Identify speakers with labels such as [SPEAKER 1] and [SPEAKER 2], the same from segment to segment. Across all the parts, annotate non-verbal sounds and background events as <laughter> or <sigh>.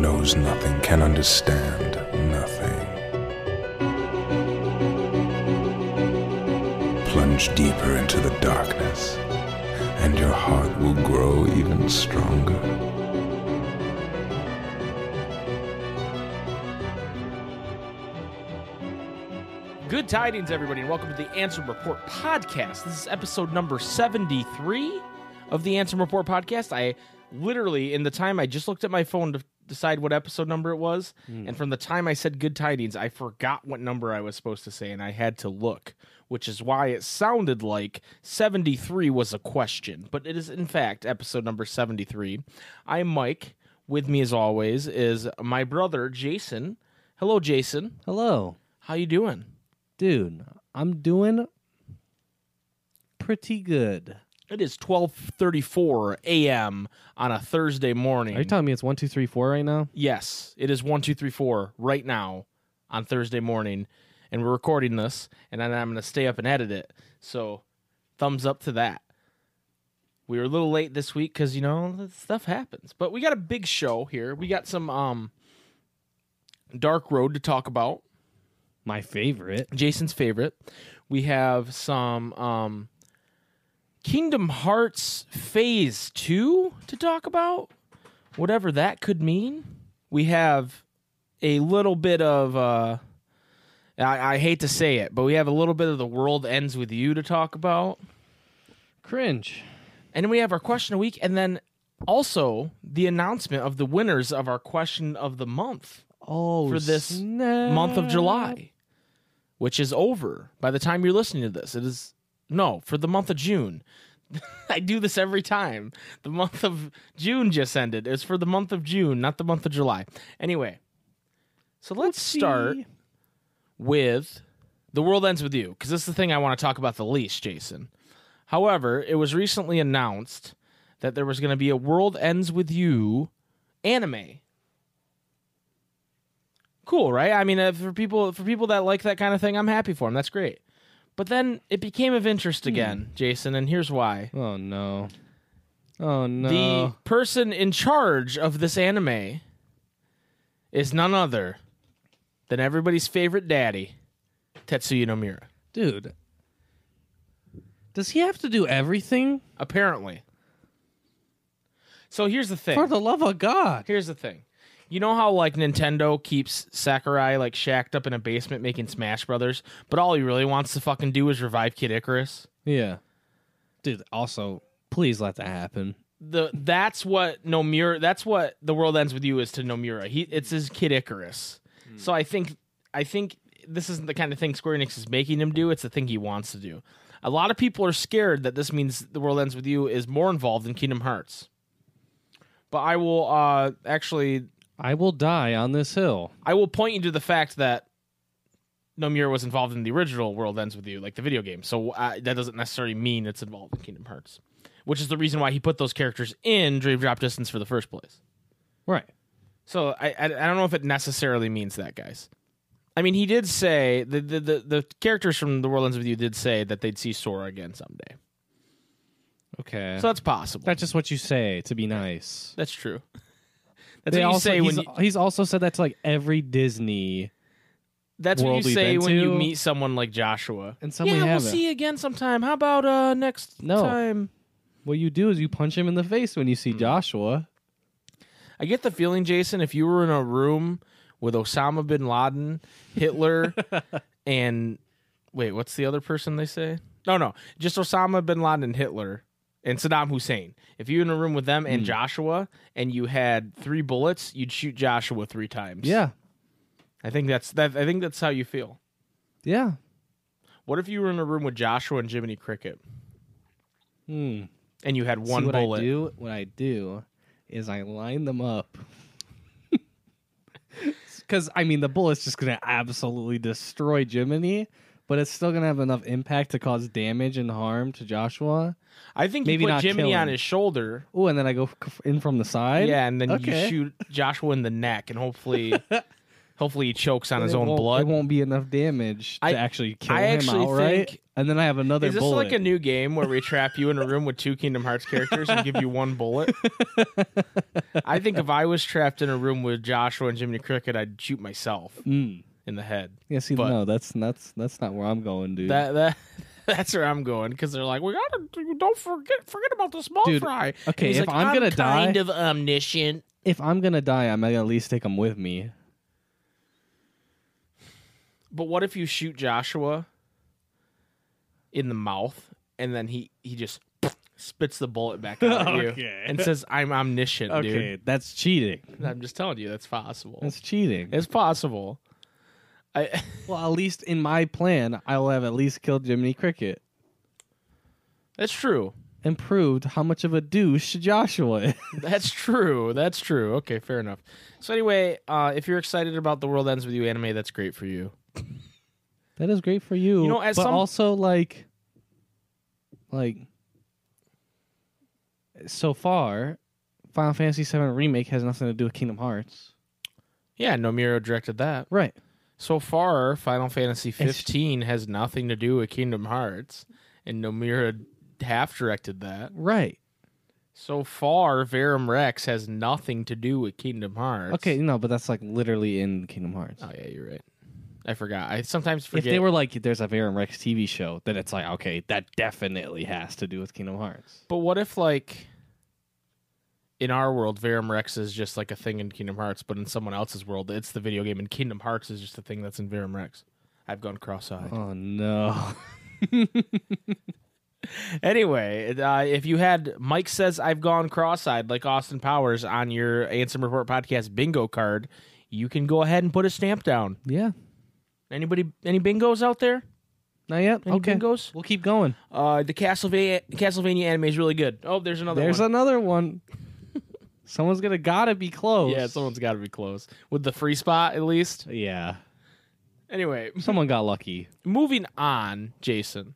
[SPEAKER 1] knows nothing can understand nothing. Plunge deeper into the darkness, and your heart will grow even stronger.
[SPEAKER 2] Good tidings, everybody, and welcome to the Answer Report podcast. This is episode number 73 of the Answer Report podcast. I literally, in the time I just looked at my phone to decide what episode number it was, and from the time I said good tidings, I forgot what number I was supposed to say, and I had to look, which is why it sounded like 73 was a question, but it is, in fact, episode number 73. I'm Mike. With me, as always, is my brother, Jason. Hello, Jason.
[SPEAKER 3] Hello,
[SPEAKER 2] How you doing?
[SPEAKER 3] dude. I'm doing pretty good.
[SPEAKER 2] It is twelve thirty four a.m. on a Thursday morning.
[SPEAKER 3] Are you telling me it's one, two, three, four right now?
[SPEAKER 2] yes, it is one two three four right now on Thursday morning, and we're recording this, and then I'm going to stay up and edit it. So, thumbs up to that. We were a little late this week because you know stuff happens, but we got a big show here. We got some um, Dark Road to talk about.
[SPEAKER 3] My favorite.
[SPEAKER 2] Jason's favorite. We have some um, Kingdom Hearts Phase 2 to talk about, whatever that could mean. We have a little bit of, uh, I, I hate to say it, but we have a little bit of The World Ends With You to talk about.
[SPEAKER 3] Cringe.
[SPEAKER 2] And then we have our question a week, and then also the announcement of the winners of our question of the month
[SPEAKER 3] Oh,
[SPEAKER 2] For this month of July, which is over by the time you're listening to this. It is no for the month of June. <laughs> I do this every time. The month of June just ended. It's for the month of June, not the month of July. Anyway, so let's start with The World Ends With You, because this is the thing I want to talk about the least, Jason. However, it was recently announced that there was going to be a World Ends With You anime. Cool, right? I mean, uh, for people for people that like that kind of thing, I'm happy for them. That's great. But then it became of interest again, Jason, and here's why.
[SPEAKER 3] Oh no. Oh no.
[SPEAKER 2] The person in charge of this anime is none other than everybody's favorite daddy, Tetsuya Nomura.
[SPEAKER 3] Dude. Does he have to do everything?
[SPEAKER 2] Apparently. So here's the thing.
[SPEAKER 3] For the love of God.
[SPEAKER 2] here's the thing. You know how like Nintendo keeps Sakurai like shacked up in a basement making Smash Brothers, but all he really wants to fucking do is revive Kid Icarus.
[SPEAKER 3] Yeah. Dude, also, please let that happen.
[SPEAKER 2] The that's what Nomura. That's what the world ends with you is to Nomura. He it's his Kid Icarus. So I think I think this isn't the kind of thing Square Enix is making him do. It's the thing he wants to do. A lot of people are scared that this means the world ends with you is more involved in Kingdom Hearts. But I will uh actually
[SPEAKER 3] I will die on this hill.
[SPEAKER 2] I will point you to the fact that Nomura was involved in the original World Ends With You, like the video game. So uh, that doesn't necessarily mean it's involved in Kingdom Hearts, which is the reason why he put those characters in Dream Drop Distance for the first place.
[SPEAKER 3] Right.
[SPEAKER 2] So I, I, I don't know if it necessarily means that, guys. I mean, he did say the, the, the, the characters from The World Ends With You did say that they'd see Sora again someday.
[SPEAKER 3] Okay.
[SPEAKER 2] So that's possible.
[SPEAKER 3] That's just what you say to be nice.
[SPEAKER 2] that's true. That's
[SPEAKER 3] They
[SPEAKER 2] what you
[SPEAKER 3] also-
[SPEAKER 2] say
[SPEAKER 3] he's,
[SPEAKER 2] when you,
[SPEAKER 3] he's also said that to like every Disney
[SPEAKER 2] that's what
[SPEAKER 3] world
[SPEAKER 2] you
[SPEAKER 3] we've
[SPEAKER 2] say
[SPEAKER 3] been
[SPEAKER 2] when you
[SPEAKER 3] to.
[SPEAKER 2] meet someone like Joshua.
[SPEAKER 3] and some
[SPEAKER 2] yeah,
[SPEAKER 3] we
[SPEAKER 2] we'll
[SPEAKER 3] haven't.
[SPEAKER 2] see you again sometime. How about uh next
[SPEAKER 3] No.
[SPEAKER 2] time?
[SPEAKER 3] What you do is you punch him in the face when you
[SPEAKER 2] Hmm.
[SPEAKER 3] see Joshua.
[SPEAKER 2] I get the feeling, Jason, if you were in a room with Osama bin Laden,
[SPEAKER 3] <laughs>
[SPEAKER 2] Hitler, and wait, what's the other person they say? No, no, just Osama bin Laden and Hitler and Saddam Hussein. If you were in a room with them
[SPEAKER 3] Hmm.
[SPEAKER 2] and Joshua, and you had three bullets, you'd shoot Joshua three times.
[SPEAKER 3] Yeah.
[SPEAKER 2] I think that's that. I think that's how you feel.
[SPEAKER 3] Yeah.
[SPEAKER 2] What if you were in a room with Joshua and Jiminy Cricket,
[SPEAKER 3] Hmm.
[SPEAKER 2] and you had
[SPEAKER 3] See,
[SPEAKER 2] one
[SPEAKER 3] what
[SPEAKER 2] bullet?
[SPEAKER 3] I do, what I do is I line them up. <laughs> Because, I mean, the bullet's just going to absolutely destroy Jiminy, but it's still going to have enough impact to cause damage and harm to Joshua.
[SPEAKER 2] I think
[SPEAKER 3] Maybe
[SPEAKER 2] you put
[SPEAKER 3] not
[SPEAKER 2] Jiminy
[SPEAKER 3] kill
[SPEAKER 2] on
[SPEAKER 3] him.
[SPEAKER 2] his shoulder.
[SPEAKER 3] Oh, and then I go f- in from the side.
[SPEAKER 2] Yeah, and then
[SPEAKER 3] Okay. <laughs>
[SPEAKER 2] you shoot Joshua in the neck, and hopefully Hopefully, he chokes on
[SPEAKER 3] It
[SPEAKER 2] his own
[SPEAKER 3] won't- It
[SPEAKER 2] blood.
[SPEAKER 3] won't be enough damage to
[SPEAKER 2] I-
[SPEAKER 3] actually kill
[SPEAKER 2] I
[SPEAKER 3] him
[SPEAKER 2] actually
[SPEAKER 3] outright.
[SPEAKER 2] think-
[SPEAKER 3] and then I have another
[SPEAKER 2] Is this
[SPEAKER 3] bullet.
[SPEAKER 2] like a new game where we trap you in a room with two Kingdom Hearts characters and give you one
[SPEAKER 3] <laughs>
[SPEAKER 2] bullet? I think if I was trapped in a room with Joshua and Jiminy Cricket, I'd shoot myself
[SPEAKER 3] Mm.
[SPEAKER 2] in the head.
[SPEAKER 3] Yeah, see,
[SPEAKER 2] But-
[SPEAKER 3] no, that's that's that's not where I'm going, dude.
[SPEAKER 2] That that <laughs> that's where I'm going because they're like, we gotta don't forget forget about the small
[SPEAKER 3] Dude,
[SPEAKER 2] fry. And
[SPEAKER 3] okay,
[SPEAKER 2] he's
[SPEAKER 3] if
[SPEAKER 2] like,
[SPEAKER 3] I'm gonna die-
[SPEAKER 2] kind of omniscient.
[SPEAKER 3] if I'm gonna die, I'm gonna at least take him with me.
[SPEAKER 2] But what if you shoot Joshua in the mouth and then he he just spits the bullet back out
[SPEAKER 3] <laughs>
[SPEAKER 2] at you
[SPEAKER 3] Okay.
[SPEAKER 2] and says, "I'm omniscient,
[SPEAKER 3] Okay, that's cheating.
[SPEAKER 2] dude." I'm just telling you, that's possible.
[SPEAKER 3] That's cheating.
[SPEAKER 2] It's possible. I <laughs>
[SPEAKER 3] Well, at least in my plan, I will have at least killed Jiminy Cricket
[SPEAKER 2] that's true.
[SPEAKER 3] and proved how much of a douche Joshua is. <laughs>
[SPEAKER 2] That's true. That's true. Okay, fair enough. So anyway, uh, if you're excited about the world ends with you anime, that's great for you.
[SPEAKER 3] that is great for you.
[SPEAKER 2] You know, at
[SPEAKER 3] but
[SPEAKER 2] some-
[SPEAKER 3] also like, like, so far, Final Fantasy VII remake has nothing to do with Kingdom Hearts.
[SPEAKER 2] Yeah, Nomiro directed that.
[SPEAKER 3] Right.
[SPEAKER 2] So far, Final Fantasy 15 has nothing to do with Kingdom Hearts, and Nomura half directed that.
[SPEAKER 3] Right.
[SPEAKER 2] So far, Verum Rex has nothing to do with Kingdom Hearts.
[SPEAKER 3] Okay. No, but that's like literally in Kingdom Hearts.
[SPEAKER 2] Oh yeah, you're right. I forgot. I sometimes
[SPEAKER 3] if
[SPEAKER 2] forget.
[SPEAKER 3] they were like, there's a Varum Rex TV show, then it's like, okay, that definitely has to do with Kingdom Hearts.
[SPEAKER 2] But what if like in our world, Verum Rex is just like a thing in Kingdom Hearts, but in someone else's world, it's the video game, and Kingdom Hearts is just a thing that's in Verum Rex. I've gone cross-eyed.
[SPEAKER 3] Oh no. <laughs>
[SPEAKER 2] Anyway, uh, if you had Mike says I've gone cross-eyed like Austin Powers on your Ansem Report podcast bingo card, you can go ahead and put a stamp down.
[SPEAKER 3] yeah.
[SPEAKER 2] Anybody, any bingos out there?
[SPEAKER 3] Not yet.
[SPEAKER 2] Any
[SPEAKER 3] okay.
[SPEAKER 2] bingos?
[SPEAKER 3] We'll keep going.
[SPEAKER 2] Uh, the Castlevania Castlevania anime is really good. Oh, there's another
[SPEAKER 3] There's
[SPEAKER 2] one. <laughs>
[SPEAKER 3] another one. Someone's gonna gotta be close.
[SPEAKER 2] yeah, someone's got to be close with the free spot at least.
[SPEAKER 3] Yeah.
[SPEAKER 2] Anyway, <laughs>
[SPEAKER 3] Someone got lucky.
[SPEAKER 2] moving on, Jason.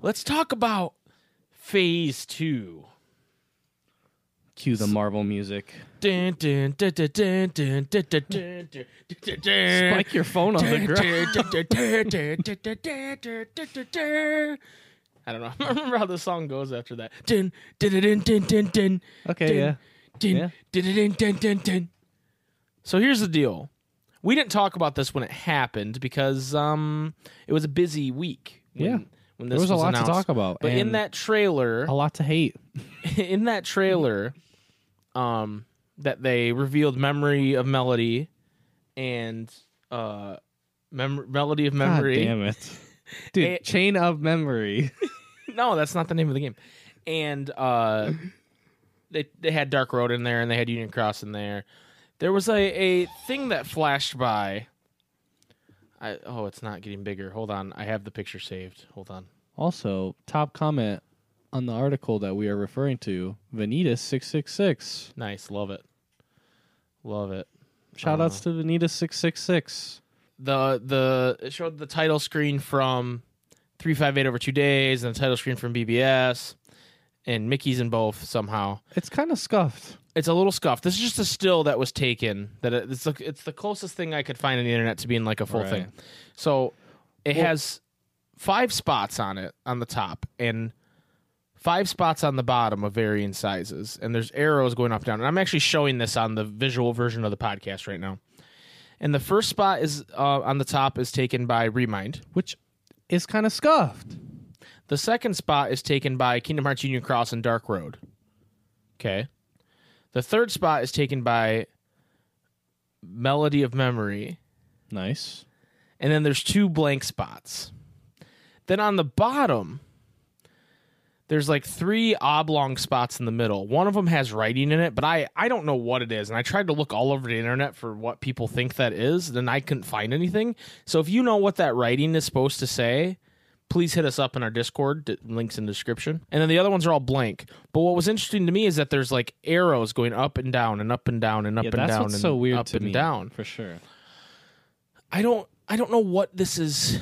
[SPEAKER 2] Let's talk about phase two.
[SPEAKER 3] Cue the Marvel music.
[SPEAKER 2] Dun, dun, dun, dun, dun, dun, dun, dun, dun, dun, dun, dun.
[SPEAKER 3] Spike your phone on the ground.
[SPEAKER 2] I don't know. <laughs> I remember how the song goes after that. Dun, dun, dun, dun, dun, dun,
[SPEAKER 3] <laughs> Okay, yeah.
[SPEAKER 2] dun,
[SPEAKER 3] Yeah.
[SPEAKER 2] dun, dun, dun, dun, dun, dun. So here's the deal. We didn't talk about this when it happened because um it was a busy week. When,
[SPEAKER 3] Yeah.
[SPEAKER 2] When this
[SPEAKER 3] There was a lot
[SPEAKER 2] announced.
[SPEAKER 3] to talk about.
[SPEAKER 2] But in
[SPEAKER 3] and
[SPEAKER 2] that trailer,
[SPEAKER 3] a lot to hate.
[SPEAKER 2] <laughs> in that trailer um that they revealed memory of melody and uh mem- melody of
[SPEAKER 3] God
[SPEAKER 2] memory <laughs>
[SPEAKER 3] damn it. Dude,
[SPEAKER 2] It-
[SPEAKER 3] chain of memory.
[SPEAKER 2] no that's not the name of the game and uh they they had dark road in there and they had union cross in there there was a a thing that flashed by I, oh, it's not getting bigger. Hold on, I have the picture saved. Hold on.
[SPEAKER 3] also, top comment on the article that we are referring to, Vanitas six six six.
[SPEAKER 2] Nice, love it, love it.
[SPEAKER 3] Shout outs
[SPEAKER 2] Uh-huh.
[SPEAKER 3] to Vanitas six six six.
[SPEAKER 2] the the it showed the title screen from 358 over two days and the title screen from BBS and Mickey's in both somehow.
[SPEAKER 3] It's kinda scuffed.
[SPEAKER 2] It's a little scuffed. This is just a still that was taken. That it- it's the, it's the closest thing I could find on the internet to being like a full
[SPEAKER 3] Right.
[SPEAKER 2] thing. So it
[SPEAKER 3] Well-
[SPEAKER 2] has five spots on it on the top and five spots on the bottom of varying sizes and there's arrows going up and down and i'm actually showing this on the visual version of the podcast right now and the first spot is uh, on the top is taken by remind
[SPEAKER 3] Which is kinda scuffed.
[SPEAKER 2] the second spot is taken by kingdom hearts union cross and dark road okay the third spot is taken by melody of memory
[SPEAKER 3] Nice.
[SPEAKER 2] and then there's two blank spots. Then on the bottom, there's like three oblong spots in the middle. One of them has writing in it, but I, I don't know what it is. And I tried to look all over the internet for what people think that is, and I couldn't find anything. So if you know what that writing is supposed to say, please hit us up in our Discord. D- links in the description. And then the other ones are all blank. But what was interesting to me is that there's like arrows going up and down and up and down and up
[SPEAKER 3] Yeah,
[SPEAKER 2] and
[SPEAKER 3] that's
[SPEAKER 2] down
[SPEAKER 3] what's
[SPEAKER 2] and
[SPEAKER 3] so weird
[SPEAKER 2] up
[SPEAKER 3] to
[SPEAKER 2] and
[SPEAKER 3] me.
[SPEAKER 2] down.
[SPEAKER 3] for sure.
[SPEAKER 2] I don't I don't know what this is.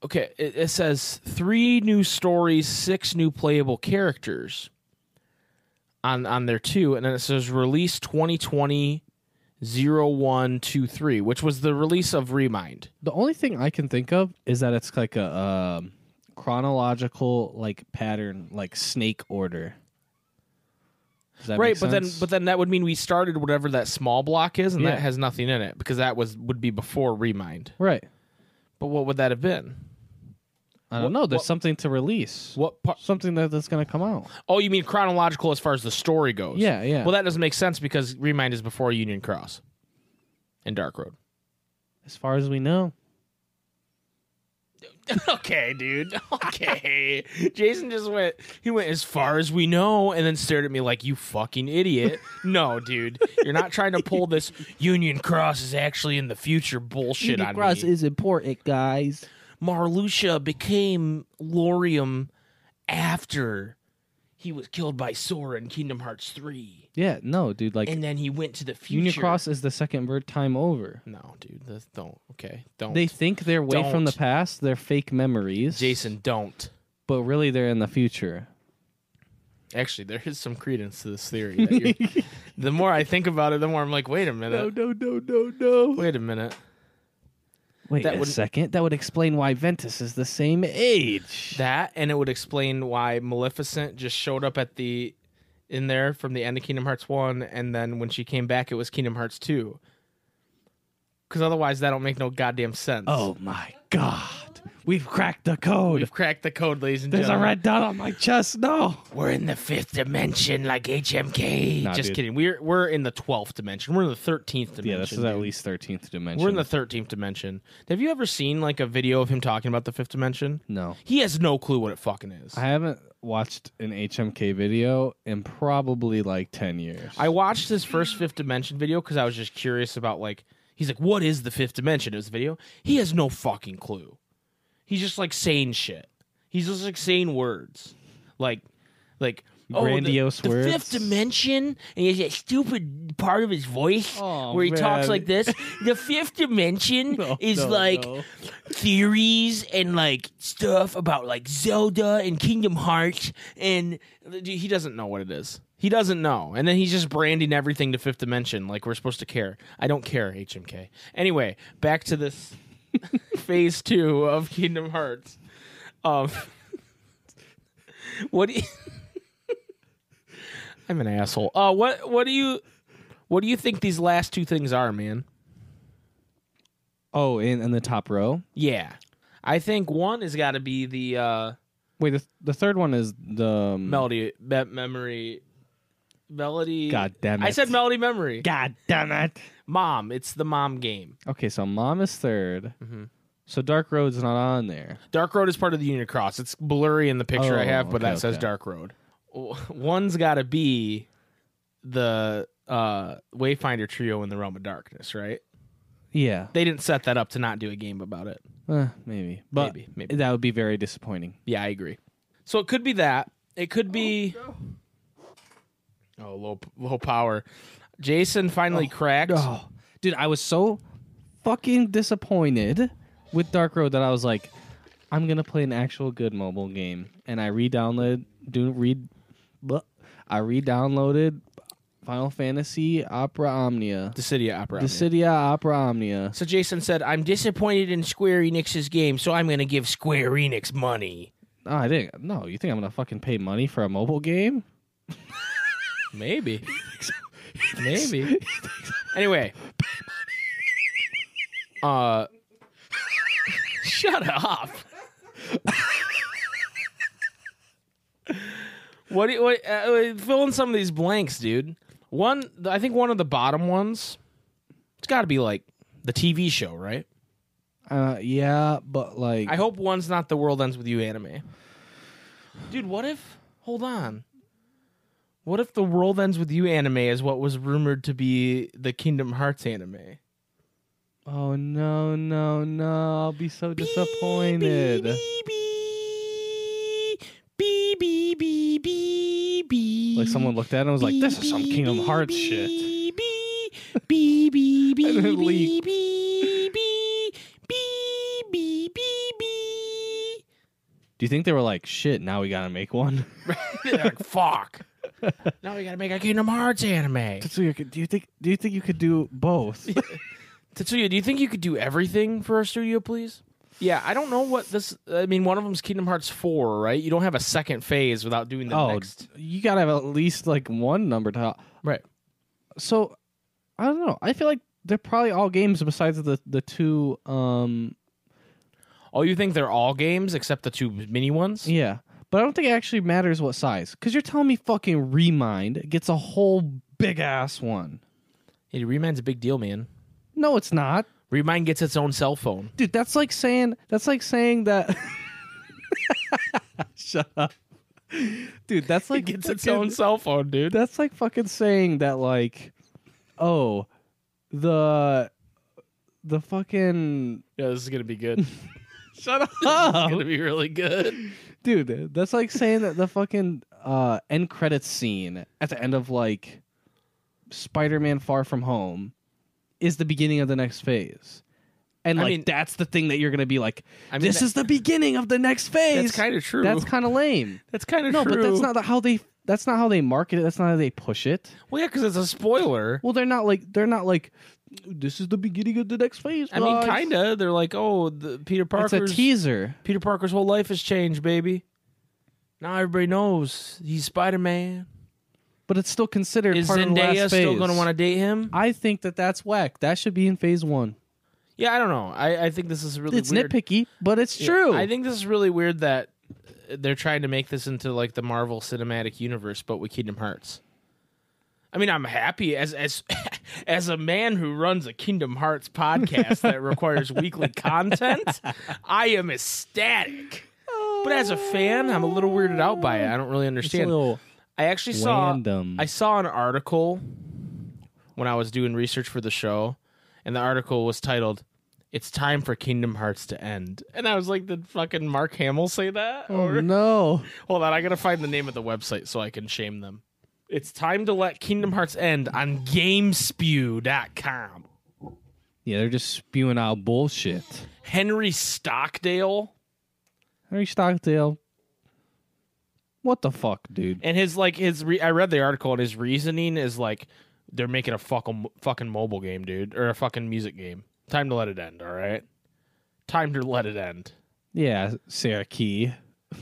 [SPEAKER 2] Okay, it, it says three new stories, six new playable characters on on there too, and then it says release 2020 0123, which was the release of Remind.
[SPEAKER 3] The only thing I can think of is that it's like a um, chronological like pattern, like snake order. Does that
[SPEAKER 2] right,
[SPEAKER 3] make
[SPEAKER 2] but then
[SPEAKER 3] sense?
[SPEAKER 2] but then that would mean we started whatever that small block is and
[SPEAKER 3] Yeah.
[SPEAKER 2] that has nothing in it because that was would be before Remind.
[SPEAKER 3] right,
[SPEAKER 2] But what would that have been?
[SPEAKER 3] I don't know. There's
[SPEAKER 2] what-
[SPEAKER 3] something to release,
[SPEAKER 2] What part
[SPEAKER 3] something that, that's gonna come out.
[SPEAKER 2] Oh, you mean chronological as far as the story goes.
[SPEAKER 3] Yeah, yeah.
[SPEAKER 2] Well, that doesn't make sense because Remind is before Union Cross and Dark Road. <laughs>
[SPEAKER 3] as far as we know,
[SPEAKER 2] okay, dude. <laughs> Okay. <laughs> Jason just went he went as far as we know and then stared at me like you fucking idiot. <laughs> no, dude. You're not trying to pull this Union Cross is actually in the future bullshit on me.
[SPEAKER 3] is important, guys.
[SPEAKER 2] Marluxia became Lorium after he was killed by Sora in Kingdom Hearts 3
[SPEAKER 3] Yeah, no, dude. Like
[SPEAKER 2] and then he went to the future.
[SPEAKER 3] Unicross is the second bird time over.
[SPEAKER 2] No, dude. That's, don't. Okay. Don't.
[SPEAKER 3] They think they're way from the
[SPEAKER 2] Don't.
[SPEAKER 3] past. They're fake memories,
[SPEAKER 2] Jason, don't.
[SPEAKER 3] But really, they're in the future.
[SPEAKER 2] Actually, there is some credence to this theory. That <laughs> you're, the more I think about it, the more I'm like, wait a minute.
[SPEAKER 3] no, no, no, no.
[SPEAKER 2] Wait a minute.
[SPEAKER 3] Wait
[SPEAKER 2] That
[SPEAKER 3] a
[SPEAKER 2] would-
[SPEAKER 3] second. That would explain why Ventus is the same age.
[SPEAKER 2] That, and it would explain why Maleficent just showed up at the in there from the end of Kingdom Hearts 1, and then when she came back, it was Kingdom Hearts 2. Because otherwise, that don't make no goddamn sense.
[SPEAKER 3] oh my god, we've cracked the code.
[SPEAKER 2] We've cracked the code, ladies and
[SPEAKER 3] There's a
[SPEAKER 2] gentlemen.
[SPEAKER 3] red dot on my chest. No.
[SPEAKER 2] We're in the fifth dimension, like HMK.
[SPEAKER 3] Nah,
[SPEAKER 2] Just
[SPEAKER 3] dude.
[SPEAKER 2] kidding. We're we're in the twelfth dimension. We're in the thirteenth dimension. dude.
[SPEAKER 3] least thirteenth dimension.
[SPEAKER 2] We're in the thirteenth dimension. Have you ever seen like a video of him talking about the fifth dimension?
[SPEAKER 3] no.
[SPEAKER 2] He has no clue what it fucking is.
[SPEAKER 3] I haven't watched an HMK video in probably like ten years.
[SPEAKER 2] I watched his first fifth dimension video because I was just curious about like he's like, what is the fifth dimension? It was a video. He has no fucking clue. He's just like saying shit. He's just like saying words, like like oh, the-
[SPEAKER 3] Grandiose
[SPEAKER 2] the,
[SPEAKER 3] words.
[SPEAKER 2] fifth dimension, and he has that stupid part of his voice
[SPEAKER 3] Aw,
[SPEAKER 2] where he talks
[SPEAKER 3] Oh, man.
[SPEAKER 2] like this. The fifth dimension
[SPEAKER 3] <laughs> No,
[SPEAKER 2] is
[SPEAKER 3] no,
[SPEAKER 2] like
[SPEAKER 3] no.
[SPEAKER 2] theories and like stuff about like Zelda and Kingdom Hearts, and he doesn't know what it is. He doesn't know, and then he's just branding everything to fifth dimension, like we're supposed to care. I don't care, HMK. Anyway, back to this <laughs> phase two of Kingdom Hearts. Um, <laughs> what? Do you, <laughs> I'm an asshole. Uh, what? What do you? What do you think these last two things are, man?
[SPEAKER 3] Oh, in, in the top row.
[SPEAKER 2] Yeah. I think one has got to be the uh,
[SPEAKER 3] Wait, the, the third one is the um,
[SPEAKER 2] melody me- memory melody.
[SPEAKER 3] God damn it!
[SPEAKER 2] E. I said E. melody memory.
[SPEAKER 3] God damn it!
[SPEAKER 2] Mom, it's the mom game.
[SPEAKER 3] Okay, so mom is 3rd
[SPEAKER 2] Mhm.
[SPEAKER 3] So Dark Road's not on there.
[SPEAKER 2] Dark Road is part of the Union Cross. It's blurry in the picture I
[SPEAKER 3] Oh,
[SPEAKER 2] have, but
[SPEAKER 3] okay,
[SPEAKER 2] that says
[SPEAKER 3] okay.
[SPEAKER 2] Dark Road. O- One's got to be the uh, Wayfinder trio in the Realm of Darkness, right?
[SPEAKER 3] Yeah,
[SPEAKER 2] They didn't set that up to not do a game about it.
[SPEAKER 3] Eh, maybe, but
[SPEAKER 2] Maybe, maybe.
[SPEAKER 3] that would be very disappointing.
[SPEAKER 2] Yeah, I agree. So it could be that. It could be. Oh, low low power. Jason finally cracked.
[SPEAKER 3] Oh, dude, I was so fucking disappointed with Dark Road that I was like, I'm gonna play an actual good mobile game, and I re-downloaded, do read, I re-downloaded Final Fantasy Opera Omnia,
[SPEAKER 2] The city of opera.
[SPEAKER 3] Dissidia Opera Omnia.
[SPEAKER 2] so Jason said, "I'm disappointed in Square Enix's game, so I'm going to give Square Enix money."
[SPEAKER 3] No, Oh, I didn't. No, you think I'm gonna fucking pay money for a mobile game?
[SPEAKER 2] Maybe. Maybe. Anyway. Uh. Shut up. what? do you- What? Uh, uh, fill in some of these blanks, dude. One, th- I think one of the bottom ones. It's got to be like the TV show, right?
[SPEAKER 3] Uh, yeah, but like,
[SPEAKER 2] I hope one's not the world ends with you anime. Dude, what if? Hold on. What if the world ends with you anime is what was rumored to be the Kingdom Hearts anime?
[SPEAKER 3] oh no, no, no! I'll be so disappointed.
[SPEAKER 2] Bee, bee, bee, bee, bee.
[SPEAKER 3] Like someone looked at it and was like, "This is some
[SPEAKER 2] Bee,
[SPEAKER 3] Kingdom
[SPEAKER 2] bee,
[SPEAKER 3] Hearts
[SPEAKER 2] bee,
[SPEAKER 3] shit."
[SPEAKER 2] bee, bee, <laughs> bee, bee,
[SPEAKER 3] And it
[SPEAKER 2] bee,
[SPEAKER 3] leaked.
[SPEAKER 2] bee, bee, bee, bee, bee, bee.
[SPEAKER 3] Do you think they were like, "Shit, now we gotta make one"? <laughs>
[SPEAKER 2] <laughs> They're like, fuck. now we gotta make a Kingdom Hearts anime.
[SPEAKER 3] Tetsuya, could- do you think do you think you could do
[SPEAKER 2] <laughs>
[SPEAKER 3] both?
[SPEAKER 2] Tetsuya, do you think you could do everything for our studio, please? Yeah, I don't know what this. I mean, one of them's Kingdom Hearts four, right? You don't have a second phase without doing the
[SPEAKER 3] oh,
[SPEAKER 2] next.
[SPEAKER 3] you gotta have at least like one number to.
[SPEAKER 2] Right.
[SPEAKER 3] So, I don't know. I feel like they're probably all games besides the the two. Um,
[SPEAKER 2] Oh, you think they're all games except the two mini ones?
[SPEAKER 3] yeah, but I don't think it actually matters what size because you're telling me fucking Remind gets a whole big ass one.
[SPEAKER 2] Hey, Remind's a big deal, man.
[SPEAKER 3] No, it's not,
[SPEAKER 2] Remind gets its own cell phone.
[SPEAKER 3] dude. That's like saying that's like saying that. <laughs> Shut up, dude. That's like
[SPEAKER 2] <laughs> It gets its
[SPEAKER 3] fucking-
[SPEAKER 2] own cell phone, dude.
[SPEAKER 3] That's like fucking saying that like oh the the fucking
[SPEAKER 2] Yeah, this is gonna be <laughs> good. It's
[SPEAKER 3] shut
[SPEAKER 2] gonna
[SPEAKER 3] up
[SPEAKER 2] be really good.
[SPEAKER 3] <laughs> dude that's like saying that the fucking uh end credits scene at the end of like Spider-Man Far From Home is the beginning of the next phase. And
[SPEAKER 2] I
[SPEAKER 3] like
[SPEAKER 2] mean-
[SPEAKER 3] that's the thing that you're going to be like
[SPEAKER 2] I mean,
[SPEAKER 3] this
[SPEAKER 2] that-
[SPEAKER 3] is the beginning of the next phase.
[SPEAKER 2] That's kind of true.
[SPEAKER 3] That's kind
[SPEAKER 2] <laughs>
[SPEAKER 3] of lame.
[SPEAKER 2] That's kind of
[SPEAKER 3] No,
[SPEAKER 2] true.
[SPEAKER 3] but that's not the- how they that's not how they market it. That's not how they push it.
[SPEAKER 2] Well, yeah, because it's a spoiler.
[SPEAKER 3] Well, they're not like they're not like this is the beginning of the next phase.
[SPEAKER 2] I mean,
[SPEAKER 3] guys."
[SPEAKER 2] kind of. They're like, oh, the Peter
[SPEAKER 3] It's a
[SPEAKER 2] Parker's
[SPEAKER 3] teaser.
[SPEAKER 2] Peter Parker's whole life has changed, baby. Now everybody knows he's Spider Man.
[SPEAKER 3] But it's still considered
[SPEAKER 2] Is
[SPEAKER 3] part of the
[SPEAKER 2] Zendaya
[SPEAKER 3] last
[SPEAKER 2] still
[SPEAKER 3] phase.
[SPEAKER 2] going to want to date him?
[SPEAKER 3] I think that that's whack. That should be in phase one.
[SPEAKER 2] Yeah, I don't know. I, I think this is really
[SPEAKER 3] it's
[SPEAKER 2] weird.
[SPEAKER 3] nitpicky, but it's
[SPEAKER 2] Yeah,
[SPEAKER 3] true.
[SPEAKER 2] I think this is really weird that uh, they're trying to make this into like the Marvel Cinematic Universe, but with Kingdom Hearts. I mean, I'm happy as as <laughs> as a man who runs a Kingdom Hearts podcast that requires weekly content. I am ecstatic, but as a fan, I'm a little weirded out by it. I don't really
[SPEAKER 3] it's a
[SPEAKER 2] understand.
[SPEAKER 3] little
[SPEAKER 2] I actually saw
[SPEAKER 3] random.
[SPEAKER 2] I saw an article when I was doing research for the show, and the article was titled "It's Time for Kingdom Hearts to End," and I was like, "Did fucking Mark Hamill say that?"
[SPEAKER 3] oh
[SPEAKER 2] Or
[SPEAKER 3] no,
[SPEAKER 2] hold on, I gotta find the name of the website so I can shame them. It's time to let Kingdom Hearts end on Gamespew.com.
[SPEAKER 3] yeah, they're just spewing out bullshit.
[SPEAKER 2] Henry Stockdale
[SPEAKER 3] Henry Stockdale, what the fuck, dude?
[SPEAKER 2] and his like his re- I read the article and his reasoning is like they're making a fucking fucking mobile game, dude, or a fucking music game. Time to let it end, all right? Time to let it end.
[SPEAKER 3] Yeah, Sarah Key, <laughs>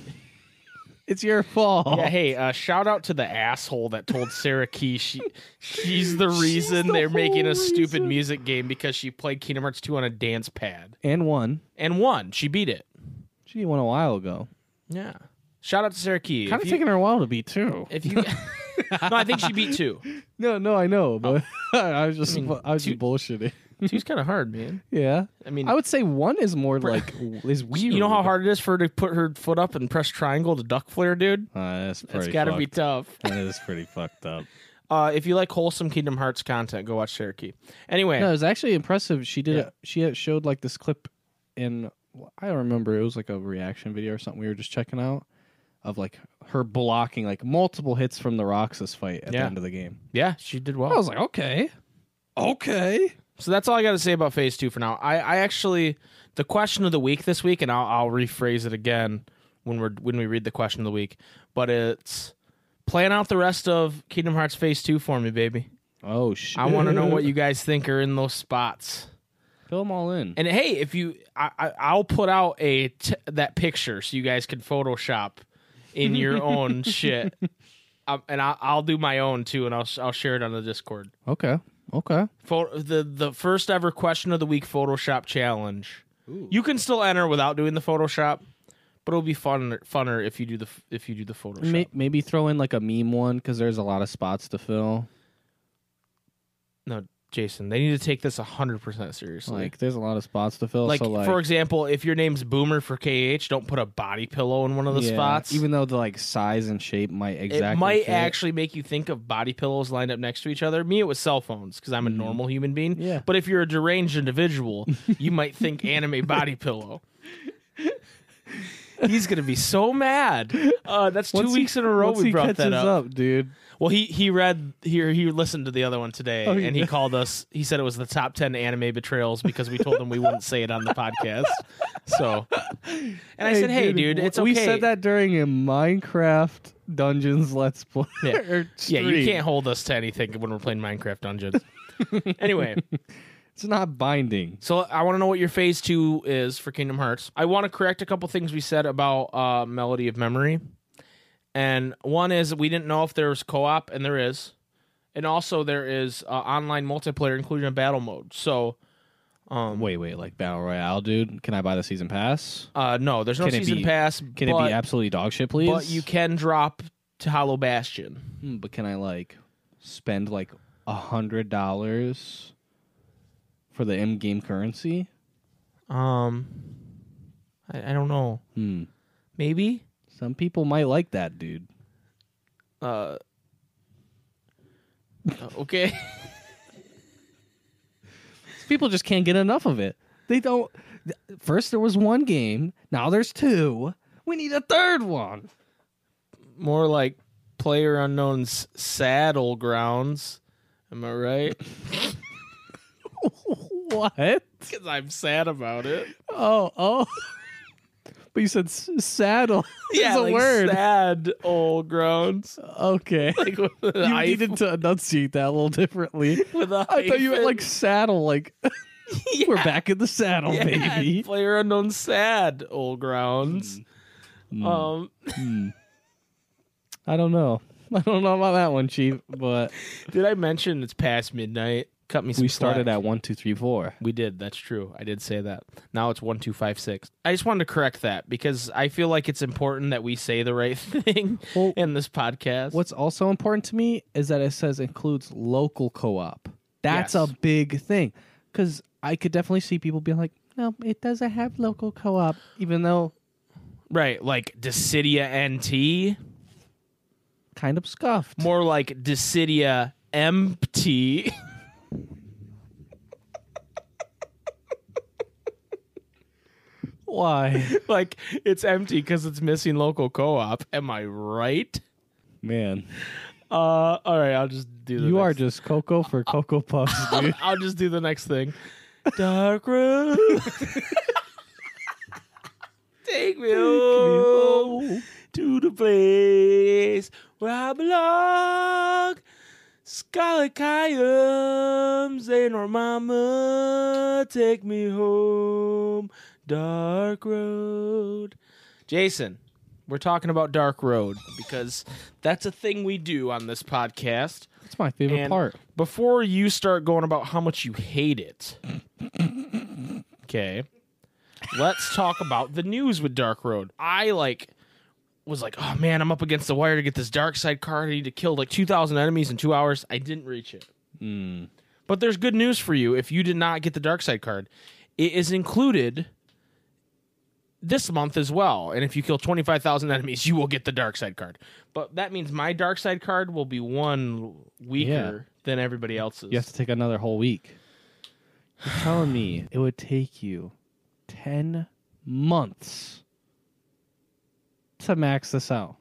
[SPEAKER 3] it's your fault.
[SPEAKER 2] Yeah, hey, uh, shout out to the asshole that told Sarah Key she she's the reason
[SPEAKER 3] the
[SPEAKER 2] they're making a
[SPEAKER 3] whole
[SPEAKER 2] stupid
[SPEAKER 3] reason.
[SPEAKER 2] music game because she played Kingdom Hearts 2 on a dance pad
[SPEAKER 3] And one,
[SPEAKER 2] and won. She beat it.
[SPEAKER 3] she won a while ago.
[SPEAKER 2] Yeah. Shout out to Sarah Key.
[SPEAKER 3] Kind
[SPEAKER 2] if
[SPEAKER 3] of
[SPEAKER 2] you,
[SPEAKER 3] taking her a while to be too.
[SPEAKER 2] if you <laughs> No, I think she beat <laughs> 2.
[SPEAKER 3] No, no, I
[SPEAKER 2] Oh.
[SPEAKER 3] know, but <laughs> I was just I, was
[SPEAKER 2] two-
[SPEAKER 3] just
[SPEAKER 2] <laughs>
[SPEAKER 3] bullshitting.
[SPEAKER 2] 2's kind of hard, man.
[SPEAKER 3] Yeah,
[SPEAKER 2] I mean,
[SPEAKER 3] I would say one is
[SPEAKER 2] <laughs>
[SPEAKER 3] more like w- is weird.
[SPEAKER 2] You know
[SPEAKER 3] <laughs>
[SPEAKER 2] how hard it is for her to put her foot up and press triangle to duck flare, dude?
[SPEAKER 3] Uh, that's
[SPEAKER 2] That's
[SPEAKER 3] pretty.
[SPEAKER 2] got to
[SPEAKER 3] fucked.
[SPEAKER 2] be tough.
[SPEAKER 3] That is pretty fucked
[SPEAKER 2] <laughs>
[SPEAKER 3] up.
[SPEAKER 2] Uh, if you like wholesome Kingdom Hearts content, go watch Cherokee. Anyway,
[SPEAKER 3] No, it was actually impressive. She did.
[SPEAKER 2] Yeah.
[SPEAKER 3] A, she had showed like this clip in. I don't remember. It was like a reaction video or something. We were just checking out of like her blocking like multiple hits from the Roxas fight at
[SPEAKER 2] Yeah.
[SPEAKER 3] the end of the game.
[SPEAKER 2] yeah, she did
[SPEAKER 3] I
[SPEAKER 2] well.
[SPEAKER 3] was like, okay, okay.
[SPEAKER 2] So that's all I got to say about Phase Two for now. I, I actually the question of the week this week, and I'll, I'll rephrase it again when we're when we read the question of the week. But it's plan out the rest of Kingdom Hearts Phase Two for me, baby.
[SPEAKER 3] Oh shit!
[SPEAKER 2] I want to know what you guys think are in those spots.
[SPEAKER 3] fill them all in.
[SPEAKER 2] And hey, if you, I, I, I'll put out a t- that picture so you guys can Photoshop in
[SPEAKER 3] <laughs>
[SPEAKER 2] your own shit, um, and I, I'll do my own too, and I'll I'll share it on the Discord.
[SPEAKER 3] Okay, okay.
[SPEAKER 2] Photo, the the first ever question of the week Photoshop challenge. You can still enter without doing the Photoshop, but it'll be fun funner if you do the if you do the Photoshop.
[SPEAKER 3] May- maybe throw in like a meme one because there's a lot of spots to fill.
[SPEAKER 2] no, Jason, they need to take this hundred percent seriously.
[SPEAKER 3] Like, there's a lot of spots to fill.
[SPEAKER 2] Like,
[SPEAKER 3] so, like
[SPEAKER 2] for example, if your name's Boomer for KH, don't put a body pillow in one of the
[SPEAKER 3] yeah,
[SPEAKER 2] spots.
[SPEAKER 3] even though the like size and shape might exactly.
[SPEAKER 2] it might
[SPEAKER 3] fit.
[SPEAKER 2] actually make you think of body pillows lined up next to each other. Me, it was cell phones because
[SPEAKER 3] Mm-hmm.
[SPEAKER 2] I'm a normal human being.
[SPEAKER 3] Yeah.
[SPEAKER 2] But if you're a
[SPEAKER 3] <laughs>
[SPEAKER 2] deranged individual, you might think anime body pillow. He's gonna be so mad. Uh, that's two
[SPEAKER 3] Once he-
[SPEAKER 2] weeks in a row
[SPEAKER 3] once
[SPEAKER 2] we
[SPEAKER 3] he
[SPEAKER 2] brought that
[SPEAKER 3] catches
[SPEAKER 2] up.
[SPEAKER 3] dude.
[SPEAKER 2] Well, he he read here he listened to the other one today,
[SPEAKER 3] he
[SPEAKER 2] and he
[SPEAKER 3] did.
[SPEAKER 2] called us. He said it was the top ten anime betrayals because we told him we wouldn't say it on the podcast. So, and I said, "Hey, dude,
[SPEAKER 3] w-
[SPEAKER 2] it's okay."
[SPEAKER 3] We said that during a Minecraft Dungeons Let's Play.
[SPEAKER 2] Yeah.
[SPEAKER 3] <laughs> or
[SPEAKER 2] Yeah, you
[SPEAKER 3] stream.
[SPEAKER 2] can't hold us to anything when we're playing Minecraft Dungeons. <laughs> anyway,
[SPEAKER 3] It's not binding.
[SPEAKER 2] so I want to know what your phase two is for Kingdom Hearts. I want to correct a couple things we said about uh, Melody of Memory. And one is we didn't know if there was co op, and there is. And also, there is uh, online multiplayer, including a battle mode. So, um,
[SPEAKER 3] Wait, wait, like battle royale, dude. Can I buy the season pass?
[SPEAKER 2] uh, no, there's no
[SPEAKER 3] Can it
[SPEAKER 2] season
[SPEAKER 3] be-
[SPEAKER 2] pass.
[SPEAKER 3] Can
[SPEAKER 2] but,
[SPEAKER 3] it be absolutely dog shit, please?
[SPEAKER 2] But you can drop to Hollow Bastion.
[SPEAKER 3] Hmm, but can I like spend like a hundred dollars for the M game currency?
[SPEAKER 2] Um, I, I don't know.
[SPEAKER 3] Hmm.
[SPEAKER 2] Maybe?
[SPEAKER 3] Some people might like that, dude.
[SPEAKER 2] uh okay <laughs>
[SPEAKER 3] People just can't get enough of it. They don't. th- First there was one game. Now there's two. We need a third one. <laughs>
[SPEAKER 2] more like player unknown's saddle grounds am i right <laughs>
[SPEAKER 3] what?
[SPEAKER 2] because i'm sad about
[SPEAKER 3] <laughs>
[SPEAKER 2] it
[SPEAKER 3] Oh, oh. but you said s- saddle. <laughs> is a
[SPEAKER 2] like
[SPEAKER 3] word.
[SPEAKER 2] sad old grounds
[SPEAKER 3] okay.
[SPEAKER 2] <laughs> like with an
[SPEAKER 3] you
[SPEAKER 2] hyph-
[SPEAKER 3] needed to enunciate that a little differently.
[SPEAKER 2] <laughs> with a
[SPEAKER 3] I thought you meant
[SPEAKER 2] hyphen.
[SPEAKER 3] like saddle, like <laughs> we're back in
[SPEAKER 2] <laughs>
[SPEAKER 3] the saddle,
[SPEAKER 2] Yeah,
[SPEAKER 3] baby.
[SPEAKER 2] player unknown sad old grounds
[SPEAKER 3] Hmm.
[SPEAKER 2] um
[SPEAKER 3] I don't know. <laughs> I don't know about that one, Chief. But
[SPEAKER 2] did i mention it's past midnight cut me some
[SPEAKER 3] we started
[SPEAKER 2] slack.
[SPEAKER 3] at one, two, three, four.
[SPEAKER 2] We did. That's true. I did say that. Now it's one two five six. I just wanted to correct that because I feel like it's important that we say the right <laughs> thing
[SPEAKER 3] Well,
[SPEAKER 2] in this podcast.
[SPEAKER 3] What's also important to me is that it says includes local co-op. That's
[SPEAKER 2] Yes.
[SPEAKER 3] a big thing because I could definitely see people being like, "No, it doesn't have local co-op," even though
[SPEAKER 2] right? Like Decidia NT,
[SPEAKER 3] kind of scuffed.
[SPEAKER 2] more like Decidia MT.
[SPEAKER 3] Why,
[SPEAKER 2] <laughs> like it's empty because it's missing local co-op. Am I right?
[SPEAKER 3] man?
[SPEAKER 2] Uh, all right. I'll just do. The
[SPEAKER 3] You
[SPEAKER 2] next
[SPEAKER 3] are just
[SPEAKER 2] <laughs>
[SPEAKER 3] Coco for Coco Puffs, dude.
[SPEAKER 2] I'll just do the next thing. <laughs> Dark <laughs> room. Take me home to the place where I belong. Scarlet Kayams and our mama. Take me home. Dark road. Jason, we're talking about Dark Road because that's a thing we do on this podcast.
[SPEAKER 3] That's my favorite
[SPEAKER 2] And
[SPEAKER 3] part.
[SPEAKER 2] Before you start going about how much you hate it, okay, let's talk about the news with Dark Road. I like was like, oh man, I'm up against the wire to get this dark side card. I need to kill like 2,000 enemies in two hours. I didn't reach it. But there's good news for you if you did not get the dark side card. It is included this month as well. And if you kill 25,000 enemies, you will get the dark side card. But that means my dark side card will be one weaker than everybody else's.
[SPEAKER 3] You have to take another whole week. You're telling me it would take you 10 months to max this out.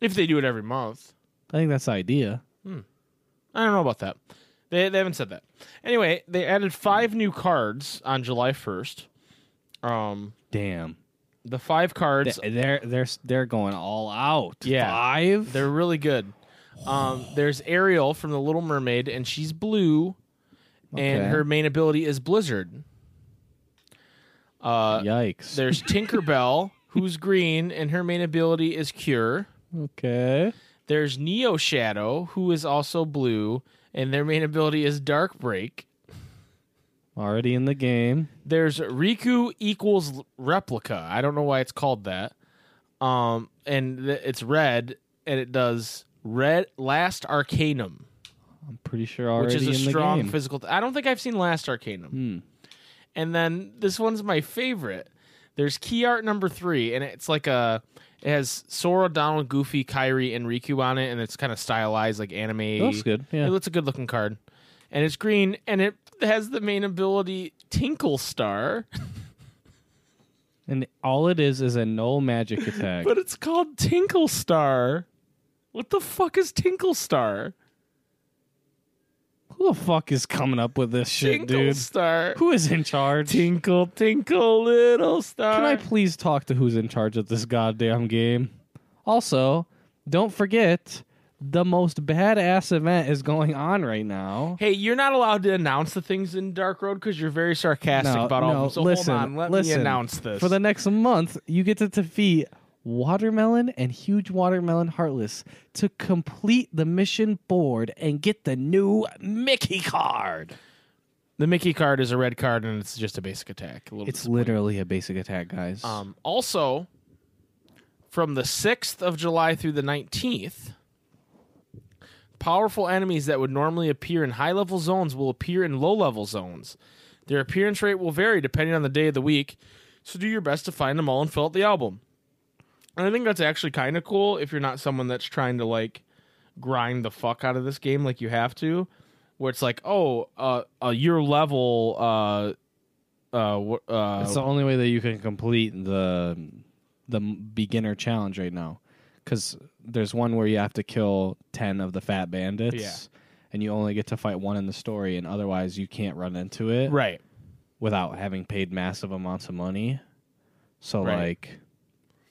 [SPEAKER 2] If they do it every month.
[SPEAKER 3] I think that's the idea.
[SPEAKER 2] I don't know about that. They, they haven't said that. Anyway, they added five new cards on July 1st. Um,
[SPEAKER 3] Damn.
[SPEAKER 2] the five cards
[SPEAKER 3] They're they're they're going all out.
[SPEAKER 2] Yeah.
[SPEAKER 3] Five?
[SPEAKER 2] They're really good. Um, there's Ariel from The Little Mermaid, and she's blue, and
[SPEAKER 3] Okay.
[SPEAKER 2] her main ability is Blizzard. Uh,
[SPEAKER 3] Yikes.
[SPEAKER 2] There's Tinkerbell, who's green, and her main ability is Cure.
[SPEAKER 3] okay.
[SPEAKER 2] There's Neo Shadow, who is also blue, and their main ability is Dark Break.
[SPEAKER 3] Already in the game.
[SPEAKER 2] There's Riku equals l- replica. I don't know why it's called that. Um, and th- it's red, and it does red last Arcanum.
[SPEAKER 3] I'm pretty sure already
[SPEAKER 2] which is a
[SPEAKER 3] in the
[SPEAKER 2] strong
[SPEAKER 3] game. Hmm.
[SPEAKER 2] physical. Th- I don't think I've seen Last Arcanum. And then this one's my favorite. There's key art number three, and it's like a. It has Sora, Donald, Goofy, Kyrie, and Riku on it, and it's kind of stylized like anime.
[SPEAKER 3] It looks good. Yeah.
[SPEAKER 2] It looks a good looking card, and it's green,
[SPEAKER 3] <laughs>
[SPEAKER 2] and it has the main ability Tinkle Star.
[SPEAKER 3] and all it is is a null magic attack.
[SPEAKER 2] <laughs> But it's called Tinkle Star. What the fuck is Tinkle Star?
[SPEAKER 3] Who the fuck is coming up with this shit,
[SPEAKER 2] Tinkle
[SPEAKER 3] dude?
[SPEAKER 2] Star.
[SPEAKER 3] Who is in charge?
[SPEAKER 2] Tinkle, tinkle, little star.
[SPEAKER 3] Can I please talk to who's in charge of this goddamn game? Also, don't forget the most badass event is going on right now.
[SPEAKER 2] Hey, you're not allowed to announce the things in Dark Road because you're very sarcastic
[SPEAKER 3] No,
[SPEAKER 2] about all
[SPEAKER 3] no,
[SPEAKER 2] of them. So
[SPEAKER 3] listen,
[SPEAKER 2] hold on, let
[SPEAKER 3] listen.
[SPEAKER 2] me announce this.
[SPEAKER 3] For the next month, you get to defeat Watermelon and Huge Watermelon Heartless to complete the mission board and get the new Mickey card.
[SPEAKER 2] the Mickey card is a red card and it's just a basic attack. A little
[SPEAKER 3] It's
[SPEAKER 2] disappointing.
[SPEAKER 3] literally a basic attack, guys.
[SPEAKER 2] Um, also, from the 6th of July through the 19th, powerful enemies that would normally appear in high level zones will appear in low level zones. Their appearance rate will vary depending on the day of the week, so do your best to find them all and fill out the album. And I think that's actually kind of cool if you're not someone that's trying to like grind the fuck out of this game like you have to, where it's like, oh, uh, uh your level, uh, uh, wh- uh,
[SPEAKER 3] It's the only way that you can complete the the m- beginner challenge right now, because there's one where you have to kill ten of the fat bandits,
[SPEAKER 2] Yeah.
[SPEAKER 3] and you only get to fight one in the story, and otherwise you can't run into it
[SPEAKER 2] right.
[SPEAKER 3] without having paid massive amounts of money. So
[SPEAKER 2] Right.
[SPEAKER 3] like,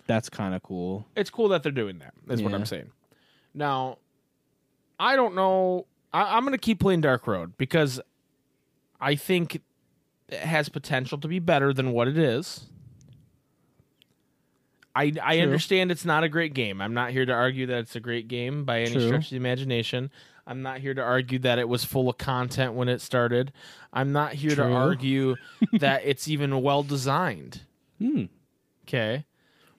[SPEAKER 3] that's kind of cool.
[SPEAKER 2] it's cool that they're doing that. Is what
[SPEAKER 3] Yeah.
[SPEAKER 2] I'm saying. Now, I don't know. I, I'm going to keep playing Dark Road because I think it has potential to be better than what it is. I, I
[SPEAKER 3] True.
[SPEAKER 2] understand it's not a great game. I'm not here to argue that it's a great game by any
[SPEAKER 3] True.
[SPEAKER 2] stretch of the imagination. I'm not here to argue that it was full of content when it started. I'm not here to
[SPEAKER 3] True. <laughs>
[SPEAKER 2] argue that it's even well designed.
[SPEAKER 3] Hmm.
[SPEAKER 2] Okay.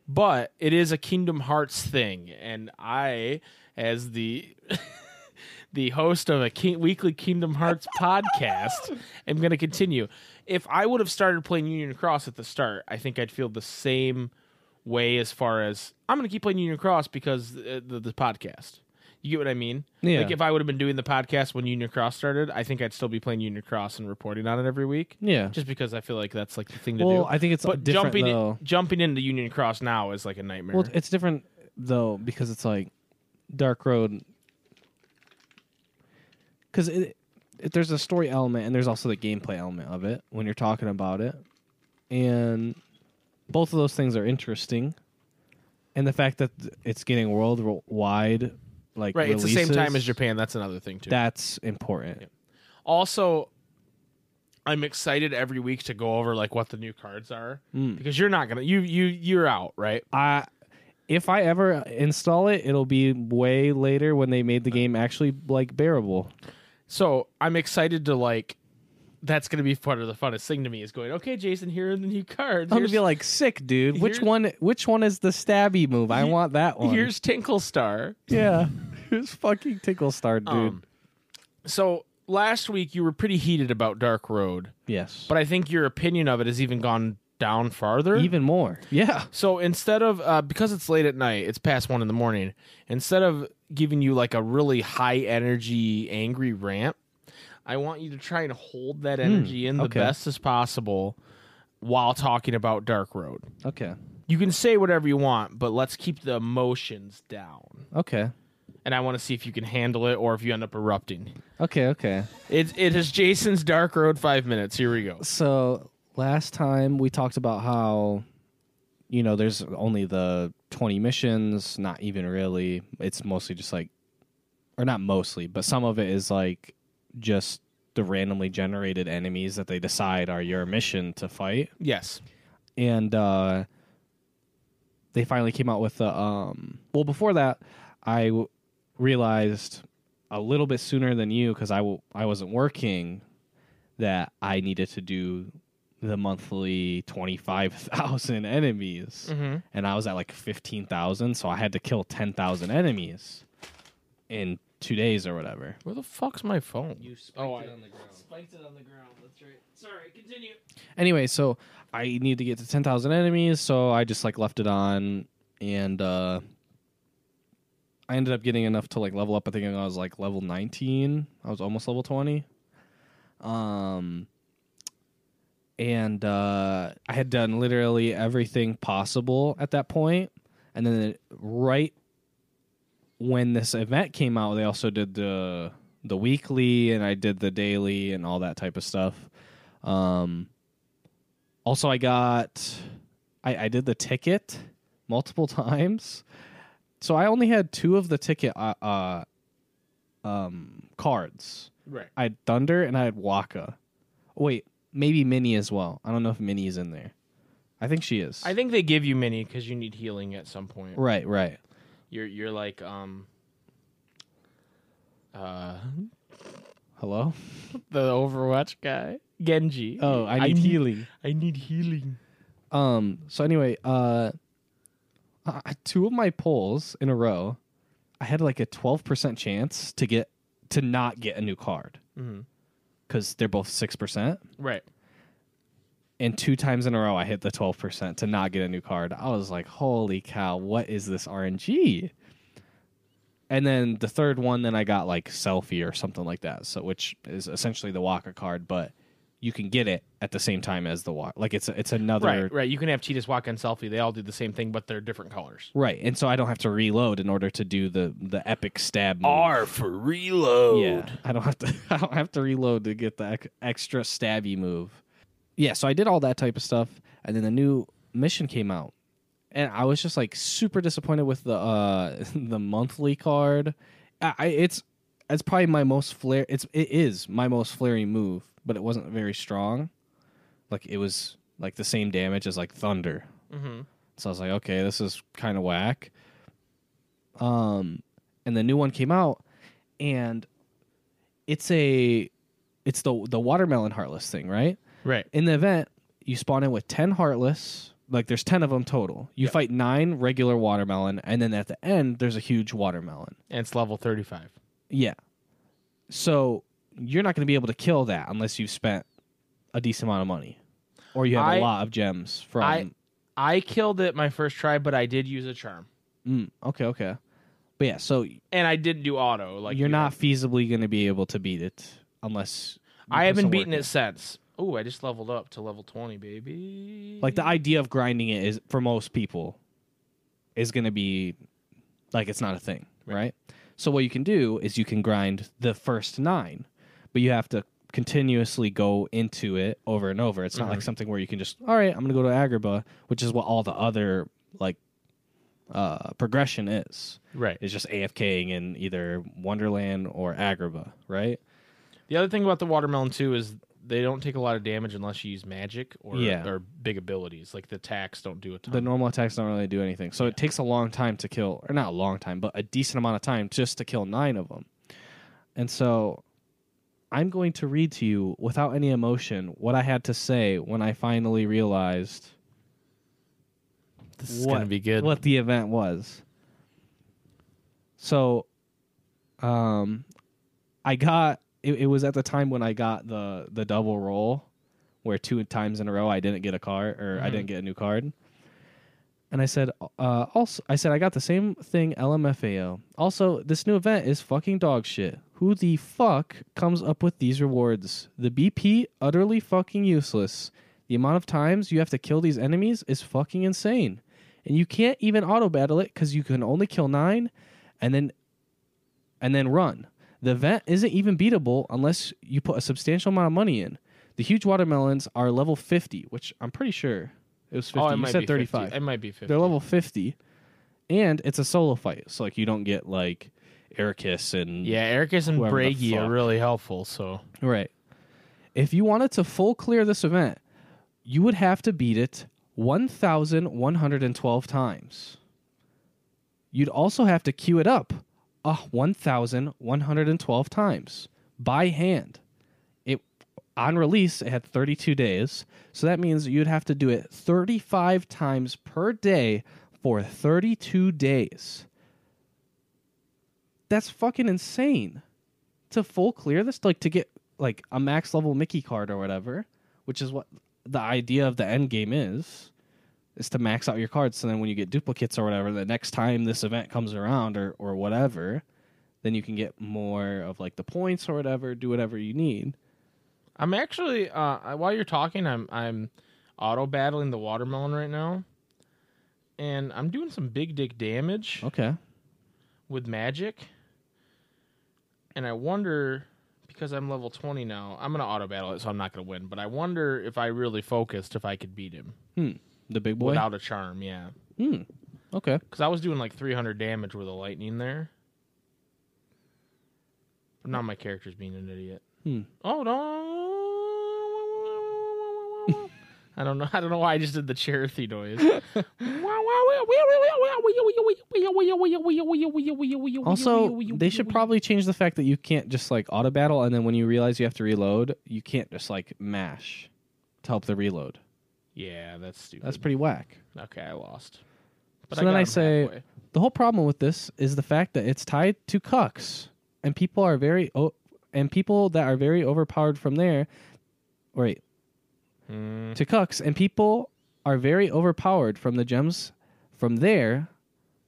[SPEAKER 2] But it is a Kingdom Hearts thing, and I, as the <laughs> the host of a ki- weekly Kingdom
[SPEAKER 3] <laughs>
[SPEAKER 2] Hearts podcast, am going to continue. If I would have started playing Union Cross at the start, I think I'd feel the same way as far as I'm going to keep playing Union Cross because the, the, the podcast. You get what I mean?
[SPEAKER 3] Yeah.
[SPEAKER 2] Like if I would have been doing the podcast when Union Cross started, I think I'd still be playing Union Cross and reporting on it every week.
[SPEAKER 3] Yeah.
[SPEAKER 2] Just because I feel like that's like the thing to do
[SPEAKER 3] Well, I think it's
[SPEAKER 2] but
[SPEAKER 3] different
[SPEAKER 2] jumping
[SPEAKER 3] though.
[SPEAKER 2] jumping into Union Cross now is like a nightmare.
[SPEAKER 3] Well, it's different though because it's like Dark Road. Because it, it, there's a story element and there's also the gameplay element of it when you're talking about it, and both of those things are interesting. And the fact that it's getting worldwide, like
[SPEAKER 2] right, it's the same time
[SPEAKER 3] releases,
[SPEAKER 2] as Japan. That's another thing too.
[SPEAKER 3] That's important.
[SPEAKER 2] also, I'm excited every week to go over like what the new cards are
[SPEAKER 3] Mm.
[SPEAKER 2] because you're not gonna you you you're out right.
[SPEAKER 3] I if I ever install it, it'll be way later when they made the game actually like bearable.
[SPEAKER 2] So I'm excited to like. That's gonna be part of the funnest thing to me is going. Okay, Jason, here are the new cards.
[SPEAKER 3] I'm gonna
[SPEAKER 2] Here's,
[SPEAKER 3] be like, sick, dude. Which
[SPEAKER 2] here's-
[SPEAKER 3] one? Which one is the stabby move? I want that one.
[SPEAKER 2] here's Tinkle Star.
[SPEAKER 3] <laughs> yeah, here's fucking tickle star, dude.
[SPEAKER 2] Um, So last week you were pretty heated about Dark Road,
[SPEAKER 3] yes,
[SPEAKER 2] but I think your opinion of it has even gone down farther.
[SPEAKER 3] even more. Yeah,
[SPEAKER 2] So instead of uh, because it's late at night, it's past one in the morning. Instead of giving you like a really high energy angry rant, I want you to try and hold that energy in the
[SPEAKER 3] Hmm, okay.
[SPEAKER 2] best as possible while talking about Dark Road.
[SPEAKER 3] okay,
[SPEAKER 2] You can say whatever you want, but let's keep the emotions down.
[SPEAKER 3] okay,
[SPEAKER 2] And I want to see if you can handle it or if you end up erupting.
[SPEAKER 3] okay, okay.
[SPEAKER 2] It it is Jason's Dark Road five minutes. Here we go.
[SPEAKER 3] So last time we talked about how, you know, there's only the 20 missions. Not even really. It's mostly just like, or not mostly, but some of it is like just the randomly generated enemies that they decide are your mission to fight.
[SPEAKER 2] Yes.
[SPEAKER 3] and uh, they finally came out with the um well before that i w- realized a little bit sooner than you because I w- I wasn't working that i needed to do the monthly 25000 <laughs> enemies
[SPEAKER 2] Mhm.
[SPEAKER 3] and i was at like 15000 so i had to kill 10000 enemies in two days or whatever
[SPEAKER 2] Where the fuck's my phone? oh, I
[SPEAKER 3] the ground.
[SPEAKER 2] spiked it on the ground. That's right. Sorry. Continue.
[SPEAKER 3] anyway, so I need to get to ten thousand enemies, so I just like left it on, and uh, I ended up getting enough to like level up. I think I was like level nineteen. I was almost level twenty. Um, and uh, I had done literally everything possible at that point. And then it- right when this event came out, they also did the the weekly, and I did the daily, and all that type of stuff. Um, also, I got I, I did the ticket multiple <laughs> times, so I only had two of the ticket uh, uh, um, cards.
[SPEAKER 2] Right.
[SPEAKER 3] I had Thunder and I had Waka. Wait, maybe Minnie as well. I don't know if Minnie is in there. I think she is.
[SPEAKER 2] I think they give you mini because you need healing at some point.
[SPEAKER 3] right, right.
[SPEAKER 2] You're you're like um. Uh,
[SPEAKER 3] Hello.
[SPEAKER 2] the Overwatch guy, Genji.
[SPEAKER 3] Oh, I need healing.
[SPEAKER 2] I need healing.
[SPEAKER 3] Um. So anyway, uh, I, two of my polls in a row, I had like a twelve percent chance to get to not get a new card
[SPEAKER 2] Mhm.
[SPEAKER 3] because they're both six percent.
[SPEAKER 2] Right.
[SPEAKER 3] and two times in a row I hit the 12% to not get a new card. I was like, holy cow, what is this RNG? And then the third one, then I got like selfie or something like that. So which is essentially the Waka card, but you can get it at the same time as the Waka. Like it's it's another
[SPEAKER 2] Right. Right. You can have Cheetahs walk on selfie. They all do the same thing, but they're different colors.
[SPEAKER 3] Right, And so I don't have to reload in order to do the the epic stab move.
[SPEAKER 2] for reload.
[SPEAKER 3] Yeah, I don't have to. <laughs> I don't have to reload to get the ex- extra stabby move. Yeah, so I did all that type of stuff, and then the new mission came out, and I was just like super disappointed with the uh <laughs> the monthly card. I, I it's it's probably my most flare. It's it is my most flary move, but it wasn't very strong. Like it was like the same damage as like thunder.
[SPEAKER 2] Mm-hmm.
[SPEAKER 3] So I was like, okay, this is kind of whack. Um, and the new one came out, and it's a, it's the the watermelon heartless thing, right?
[SPEAKER 2] Right.
[SPEAKER 3] In the event, you spawn in with ten heartless. Like there's ten of them total. You fight nine regular watermelon, and then at the end, there's a huge watermelon.
[SPEAKER 2] And it's level thirty-five.
[SPEAKER 3] Yeah. So you're not going to be able to kill that unless you've spent a decent amount of money, or you have a
[SPEAKER 2] I-
[SPEAKER 3] lot of gems from.
[SPEAKER 2] I- I killed it my first try, but I did use a charm,
[SPEAKER 3] Mm, okay, okay. But yeah, so
[SPEAKER 2] and I did do auto. Like
[SPEAKER 3] you're
[SPEAKER 2] you
[SPEAKER 3] not feasibly going to be able to beat it unless you
[SPEAKER 2] I
[SPEAKER 3] put
[SPEAKER 2] haven't
[SPEAKER 3] some
[SPEAKER 2] beaten
[SPEAKER 3] work in.
[SPEAKER 2] it since. Oh, I just leveled up to level twenty, baby.
[SPEAKER 3] Like the idea of grinding it is for most people is going to be like it's not a thing, right. So what you can do is you can grind the first 9, but you have to continuously go into it over and over. It's not
[SPEAKER 2] Mm-hmm.
[SPEAKER 3] like something where you can just all right, I'm going to go to Agrabah, which is what all the other like uh progression is.
[SPEAKER 2] right.
[SPEAKER 3] It's just AFKing in either Wonderland or Agrabah, right?
[SPEAKER 2] The other thing about the watermelon too is they don't take a lot of damage unless you use magic or
[SPEAKER 3] Yeah.
[SPEAKER 2] or big abilities. Like the attacks don't do a ton.
[SPEAKER 3] the normal attacks don't really do anything. So it takes a long time to kill, or not a long time, but a decent amount of time just to kill nine of them. And so I'm going to read to you without any emotion what I had to say when I finally realized
[SPEAKER 2] this
[SPEAKER 3] what,
[SPEAKER 2] Oh,
[SPEAKER 3] what the event was. So, um, I got it, it was at the time when I got the the double roll, where two times in a row I didn't get a card or I didn't get a new card. And I said, uh, also, I said I got the same thing LMFAO. Also, this new event is fucking dog shit. Who the fuck comes up with these rewards? The BP utterly fucking useless. The amount of times you have to kill these enemies is fucking insane. And you can't even auto battle it because you can only kill nine and then and then run. The event isn't even beatable unless you put a substantial amount of money in. The huge watermelons are level 50, which I'm pretty sure it was 50.
[SPEAKER 2] Oh, it
[SPEAKER 3] you
[SPEAKER 2] might
[SPEAKER 3] said
[SPEAKER 2] be
[SPEAKER 3] 35.
[SPEAKER 2] 50. It might be fifty.
[SPEAKER 3] They're level 50. And it's a solo fight. So, like, you don't get, like, Ericus and.
[SPEAKER 2] yeah, Ericus and
[SPEAKER 3] Whoever the
[SPEAKER 2] Bragi are
[SPEAKER 3] fuck.
[SPEAKER 2] really helpful. So
[SPEAKER 3] Right. If you wanted to full clear this event, you would have to beat it 1,112 times. You'd also have to queue it up uh, 1,112 times by hand. It on release it had 32 days, so that means you'd have to do it 35 times per day for 32 days. That's fucking insane. To full clear this like to get like a max level Mickey card or whatever, which is what the idea of the end game is is to max out your cards so then when you get duplicates or whatever the next time this event comes around or or whatever then you can get more of like the points or whatever do whatever you need
[SPEAKER 2] I'm actually uh, I- while you're talking, I'm I'm auto battling the watermelon right now, and I'm doing some big dick damage
[SPEAKER 3] Okay.
[SPEAKER 2] with magic. And I wonder because I'm level 20 now, I'm gonna auto battle it, so I'm not gonna win. But I wonder if I really focused, if I could beat him
[SPEAKER 3] The big boy.
[SPEAKER 2] without a charm. Yeah,
[SPEAKER 3] Hmm. Okay.
[SPEAKER 2] because I was doing like 300 damage with a lightning there. But now my character's being an idiot.
[SPEAKER 3] Hmm.
[SPEAKER 2] Oh no! <laughs> I don't know. <laughs> I don't know why I just did the Cherokee
[SPEAKER 3] <laughs>
[SPEAKER 2] noise.
[SPEAKER 3] Also, they should probably change the fact that you can't just like auto battle, and then when you realize you have to reload, you can't just like mash to help the reload.
[SPEAKER 2] Yeah, that's stupid.
[SPEAKER 3] That's pretty whack.
[SPEAKER 2] Okay, I lost.
[SPEAKER 3] So then
[SPEAKER 2] got
[SPEAKER 3] I
[SPEAKER 2] him
[SPEAKER 3] say-
[SPEAKER 2] halfway.
[SPEAKER 3] The whole problem with this is the fact that it's tied to cucks, and people are very o- and people that are very overpowered from there. Wait,
[SPEAKER 2] Mm,
[SPEAKER 3] to cucks, and people are very overpowered from the gems from there,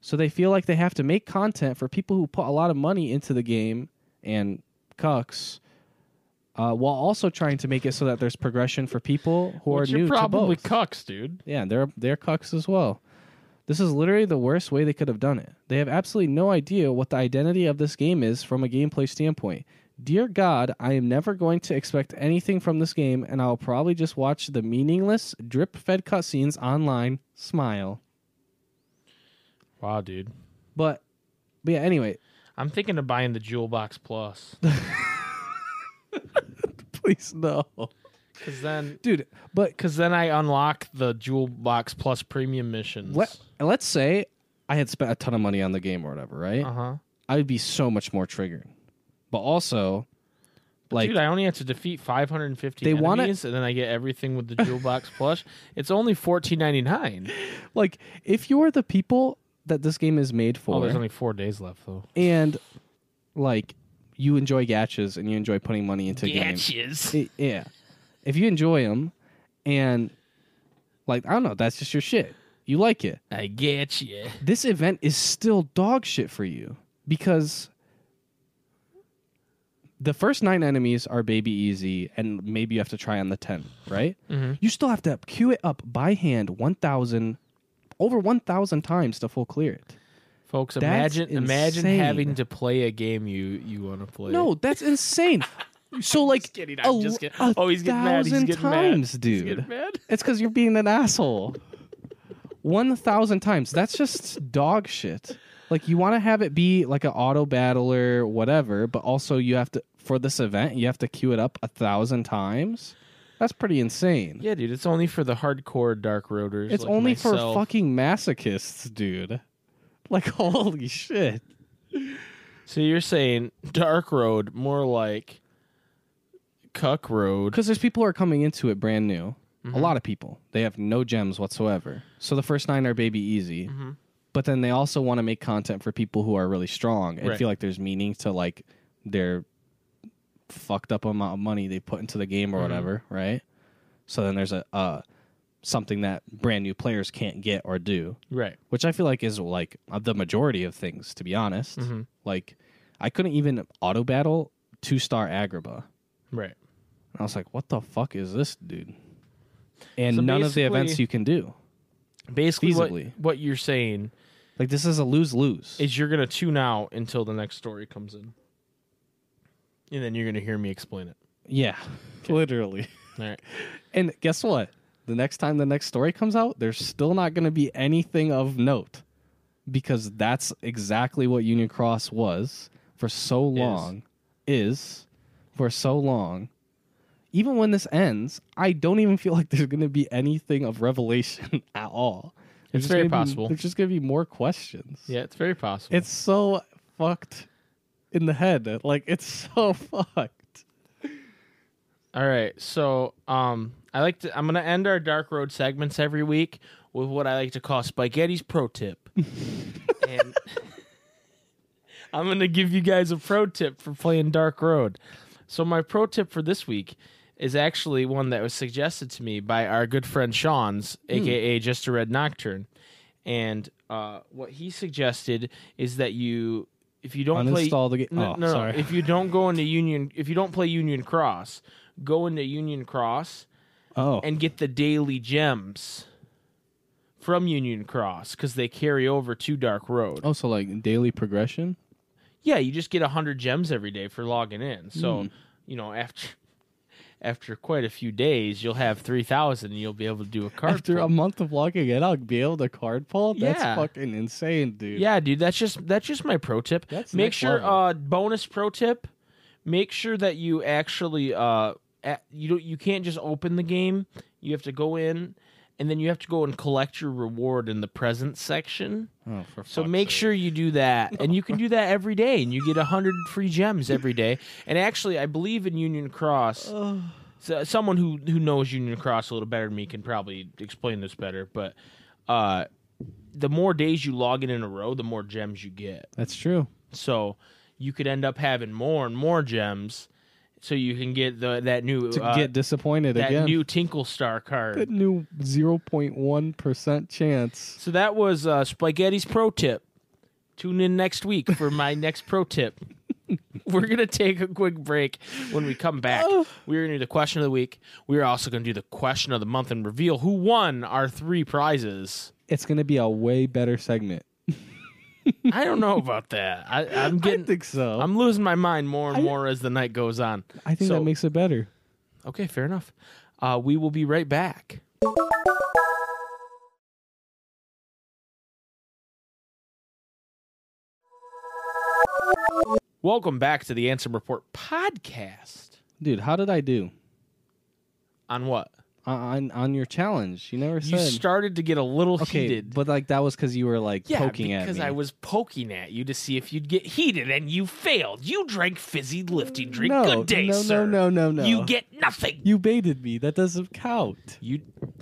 [SPEAKER 3] so they feel like they have to make content for people who put a lot of money into the game and cucks. Uh, while also trying to make it so that there's progression for people who
[SPEAKER 2] which
[SPEAKER 3] are new
[SPEAKER 2] you're probably
[SPEAKER 3] to both.
[SPEAKER 2] cucks, dude.
[SPEAKER 3] Yeah, they're they're cucks as well. This is literally the worst way they could have done it. They have absolutely no idea what the identity of this game is from a gameplay standpoint. Dear God, I am never going to expect anything from this game, and I'll probably just watch the meaningless drip-fed cutscenes online. Smile,
[SPEAKER 2] Wow, dude.
[SPEAKER 3] but but yeah. Anyway,
[SPEAKER 2] I'm thinking of buying the Jewel Box Plus
[SPEAKER 3] <laughs> please no,
[SPEAKER 2] because then,
[SPEAKER 3] dude. But
[SPEAKER 2] because then I unlock the Jewel Box Plus premium missions.
[SPEAKER 3] let let's say I had spent a ton of money on the game or whatever, right?
[SPEAKER 2] Uh huh.
[SPEAKER 3] I would be so much more triggered. But also, like,
[SPEAKER 2] Dude, I only have to defeat 550
[SPEAKER 3] They
[SPEAKER 2] enemies,
[SPEAKER 3] wanna-
[SPEAKER 2] and then I get everything with the jewel box
[SPEAKER 3] <laughs>
[SPEAKER 2] plush. It's only 14.99.
[SPEAKER 3] like if you're the people that this game is made
[SPEAKER 2] Oh,
[SPEAKER 3] for
[SPEAKER 2] there's only four days left though.
[SPEAKER 3] and like you enjoy gachas and you enjoy putting money into games
[SPEAKER 2] Gotchas.
[SPEAKER 3] I- yeah if you enjoy them and like i don't know that's just your shit you like it
[SPEAKER 2] I get you.
[SPEAKER 3] this event is still dog shit for you because the first nine enemies are baby easy and maybe you have to try on the 10 right
[SPEAKER 2] Mhm.
[SPEAKER 3] you still have to queue it up by hand 1000 over 1000 times to full clear it
[SPEAKER 2] Folks,
[SPEAKER 3] That's
[SPEAKER 2] imagine imagine
[SPEAKER 3] insane.
[SPEAKER 2] having to play a game you you want to play.
[SPEAKER 3] No, that's insane. <laughs> so like,
[SPEAKER 2] kidding.
[SPEAKER 3] a-
[SPEAKER 2] I'm just kidding.
[SPEAKER 3] a
[SPEAKER 2] Oh, he's getting mad. He's
[SPEAKER 3] thousand
[SPEAKER 2] getting mad.
[SPEAKER 3] times,
[SPEAKER 2] He's
[SPEAKER 3] dude.
[SPEAKER 2] getting mad.
[SPEAKER 3] It's because you're being an asshole. One thousand times. That's just dog shit. Like you want to have it be like an auto battler, whatever, but also you have to for this event you have to queue it up a thousand times. That's pretty insane.
[SPEAKER 2] Yeah, dude, it's only for the hardcore dark roaders.
[SPEAKER 3] it's
[SPEAKER 2] like
[SPEAKER 3] only
[SPEAKER 2] myself.
[SPEAKER 3] for fucking masochists, dude. Like <laughs> holy shit.
[SPEAKER 2] So you're saying dark road more like cuck road?
[SPEAKER 3] Because there's people who are coming into it brand new.
[SPEAKER 2] Mm-hmm.
[SPEAKER 3] A lot of people. They have no gems whatsoever. So the first nine are baby easy.
[SPEAKER 2] Mhm.
[SPEAKER 3] But then they also want to make content for people who are really strong and
[SPEAKER 2] Right.
[SPEAKER 3] feel like there's meaning to like their fucked up amount of money they put into the game or
[SPEAKER 2] Mm-hmm.
[SPEAKER 3] whatever, right? So then there's a uh, something that brand new players can't get or do
[SPEAKER 2] Right.
[SPEAKER 3] which I feel like is like the majority of things, to be honest.
[SPEAKER 2] Mhm.
[SPEAKER 3] Like, I couldn't even auto battle two star Agrabah.
[SPEAKER 2] Right.
[SPEAKER 3] And I was like, what the fuck is this, dude? And
[SPEAKER 2] So
[SPEAKER 3] none of the events
[SPEAKER 2] basically-
[SPEAKER 3] you can do.
[SPEAKER 2] Basically, what,
[SPEAKER 3] Feasibly.
[SPEAKER 2] what you're saying
[SPEAKER 3] Like, this is a lose lose.
[SPEAKER 2] is you're gonna tune out until the next story comes in, and then you're gonna hear me explain it. <laughs>
[SPEAKER 3] Yeah, literally.
[SPEAKER 2] All right.
[SPEAKER 3] And guess what? The next time the next story comes out, there's still not going to be anything of note because that's exactly what Union Cross was for so long, is, for so long. Even when this ends, I don't even feel <laughs> like there's going to be anything of revelation <laughs> at all.
[SPEAKER 2] It's
[SPEAKER 3] There's just
[SPEAKER 2] very
[SPEAKER 3] gonna be-
[SPEAKER 2] possible.
[SPEAKER 3] There's just going to be more questions.
[SPEAKER 2] Yeah, it's very possible.
[SPEAKER 3] It's so fucked in the head. Like, it's <laughs> so fucked.
[SPEAKER 2] All right. So, um, I like to. I'm gonna end our dark road segments every week with what I like to call Spaghetti's pro tip. and <laughs> I'm gonna give you guys a pro tip for playing dark road. So my pro tip for this week is actually one that was suggested to me by our good friend Sean's, aka Just a Red Nocturne. And uh, what he suggested is that you, if you don't play,
[SPEAKER 3] Uninstall the game.
[SPEAKER 2] no,
[SPEAKER 3] oh,
[SPEAKER 2] no, no.
[SPEAKER 3] sorry.
[SPEAKER 2] If you don't go into Union, if you don't play Union Cross, go into Union Cross
[SPEAKER 3] Oh,
[SPEAKER 2] and get the daily gems from Union Cross because they carry over to Dark Road.
[SPEAKER 3] oh, so like daily progression.
[SPEAKER 2] Yeah, you just get hundred gems every day for logging in.
[SPEAKER 3] Hmm.
[SPEAKER 2] So you know after <laughs> after quite a few days, you'll have three thousand, and you'll be able to do a card.
[SPEAKER 3] After
[SPEAKER 2] pull.
[SPEAKER 3] a month of logging in, I'll be able to card pull. That's
[SPEAKER 2] Yeah.
[SPEAKER 3] fucking insane, dude.
[SPEAKER 2] Yeah, dude, that's just that's just my pro tip.
[SPEAKER 3] That's
[SPEAKER 2] make
[SPEAKER 3] next
[SPEAKER 2] sure
[SPEAKER 3] level.
[SPEAKER 2] uh bonus pro tip, make sure that you actually uh a you don't you can't just open the game. You have to go in and then you have to go and collect your reward in the present section.
[SPEAKER 3] Oh, for
[SPEAKER 2] So
[SPEAKER 3] fuck's
[SPEAKER 2] make
[SPEAKER 3] sake.
[SPEAKER 2] sure you do that. And you can do that every day and you get 100 free gems every day. And actually, I believe in Union Cross
[SPEAKER 3] Ugh.
[SPEAKER 2] so, someone who who knows Union Cross a little better than me can probably explain this better, but uh, the more days you log in in a row, the more gems you get.
[SPEAKER 3] that's true.
[SPEAKER 2] So you could end up having more and more gems, so you can get the that new
[SPEAKER 3] To
[SPEAKER 2] uh,
[SPEAKER 3] get disappointed
[SPEAKER 2] that
[SPEAKER 3] again.
[SPEAKER 2] new Tinkle Star card.
[SPEAKER 3] that new 0.1% chance.
[SPEAKER 2] So that was uh, Spaghetti's pro tip. Tune in next week for my <laughs> next pro tip. We're gonna take a quick break. When we come back,
[SPEAKER 3] Oh.
[SPEAKER 2] we're gonna do the question of the week. We're also gonna do the question of the month and reveal who won our three prizes.
[SPEAKER 3] It's going to be a way better segment.
[SPEAKER 2] I don't know about that. I, I'm
[SPEAKER 3] <laughs> I
[SPEAKER 2] getting,
[SPEAKER 3] think so. i
[SPEAKER 2] I'm losing my mind more and more as the night goes on.
[SPEAKER 3] think
[SPEAKER 2] so-
[SPEAKER 3] that makes it better.
[SPEAKER 2] Okay, fair enough. Uh, we will be right back. Welcome back to the Answer Report podcast.
[SPEAKER 3] Dude, how did I do?
[SPEAKER 2] On what?
[SPEAKER 3] On- On on your challenge. You never
[SPEAKER 2] You
[SPEAKER 3] said.
[SPEAKER 2] started to get a little
[SPEAKER 3] okay,
[SPEAKER 2] heated.
[SPEAKER 3] but like that was cuz you were like
[SPEAKER 2] yeah,
[SPEAKER 3] poking at
[SPEAKER 2] because
[SPEAKER 3] me.
[SPEAKER 2] I was poking at you to see if you'd get heated, and you failed. You drank fizzy lifting drink.
[SPEAKER 3] no,
[SPEAKER 2] Good day,
[SPEAKER 3] no,
[SPEAKER 2] sir.
[SPEAKER 3] No, no, no, no.
[SPEAKER 2] You get nothing.
[SPEAKER 3] You baited me. That doesn't count.
[SPEAKER 2] You, do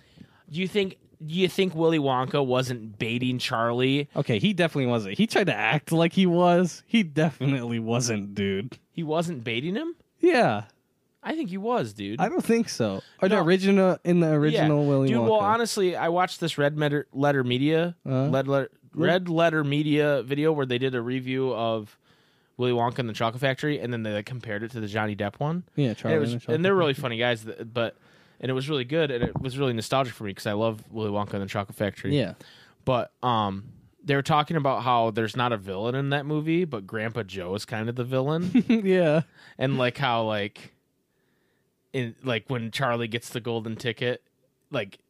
[SPEAKER 2] you think? Do you think Willy Wonka wasn't baiting Charlie
[SPEAKER 3] Okay, he definitely wasn't. He tried to act like he was. He definitely wasn't, dude.
[SPEAKER 2] He wasn't baiting him?
[SPEAKER 3] Yeah,
[SPEAKER 2] I think he was, dude.
[SPEAKER 3] I don't think so. Or the
[SPEAKER 2] No.
[SPEAKER 3] original in the
[SPEAKER 2] Yeah.
[SPEAKER 3] original Willy
[SPEAKER 2] Dude,
[SPEAKER 3] Wonka.
[SPEAKER 2] well, honestly, I watched this Red Letter, letter Media
[SPEAKER 3] Uh-huh.
[SPEAKER 2] Red, letter, Red Letter Media video where they did a review of Willy Wonka and the Chocolate Factory, and then they like, compared it to the Johnny Depp one.
[SPEAKER 3] yeah,
[SPEAKER 2] And,
[SPEAKER 3] Charlie
[SPEAKER 2] it was,
[SPEAKER 3] and the
[SPEAKER 2] and they're
[SPEAKER 3] Chocolate
[SPEAKER 2] really funny guys, th- but and it was really good, and it was really nostalgic for me because I love Willy Wonka and the Chocolate Factory.
[SPEAKER 3] Yeah.
[SPEAKER 2] but um they were talking about how there's not a villain in that movie, but Grandpa Joe is kind of the villain.
[SPEAKER 3] <laughs> yeah.
[SPEAKER 2] and like how like in like when Charlie gets the golden ticket, like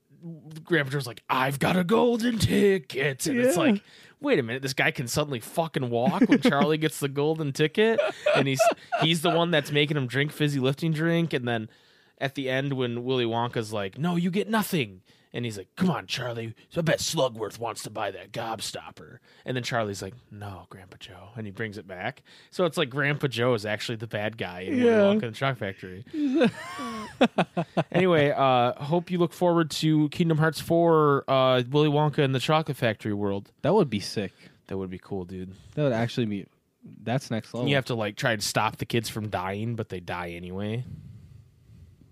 [SPEAKER 2] Grandpa Joe's like, I've got a golden ticket. And it's
[SPEAKER 3] Yeah.
[SPEAKER 2] like, wait a minute, this guy can suddenly fucking walk when Charlie gets the golden ticket. And he's he's the one that's making him drink fizzy lifting drink. And then at the end when Willy Wonka's like, No, you get nothing. And he's like, Come on, Charlie. So I bet Slugworth wants to buy that gobstopper. And then Charlie's like, No, Grandpa Joe. And he brings it back. So it's like Grandpa Joe is actually the bad guy in
[SPEAKER 3] Yeah.
[SPEAKER 2] Willy Wonka and the Chocolate Factory <laughs> anyway, uh, hope you look forward to Kingdom Hearts 4, uh, Willy Wonka and the Chocolate Factory world.
[SPEAKER 3] That would be sick.
[SPEAKER 2] That would be cool, dude.
[SPEAKER 3] That would actually be. That's next level.
[SPEAKER 2] You have to like try to stop the kids from dying, but they die anyway.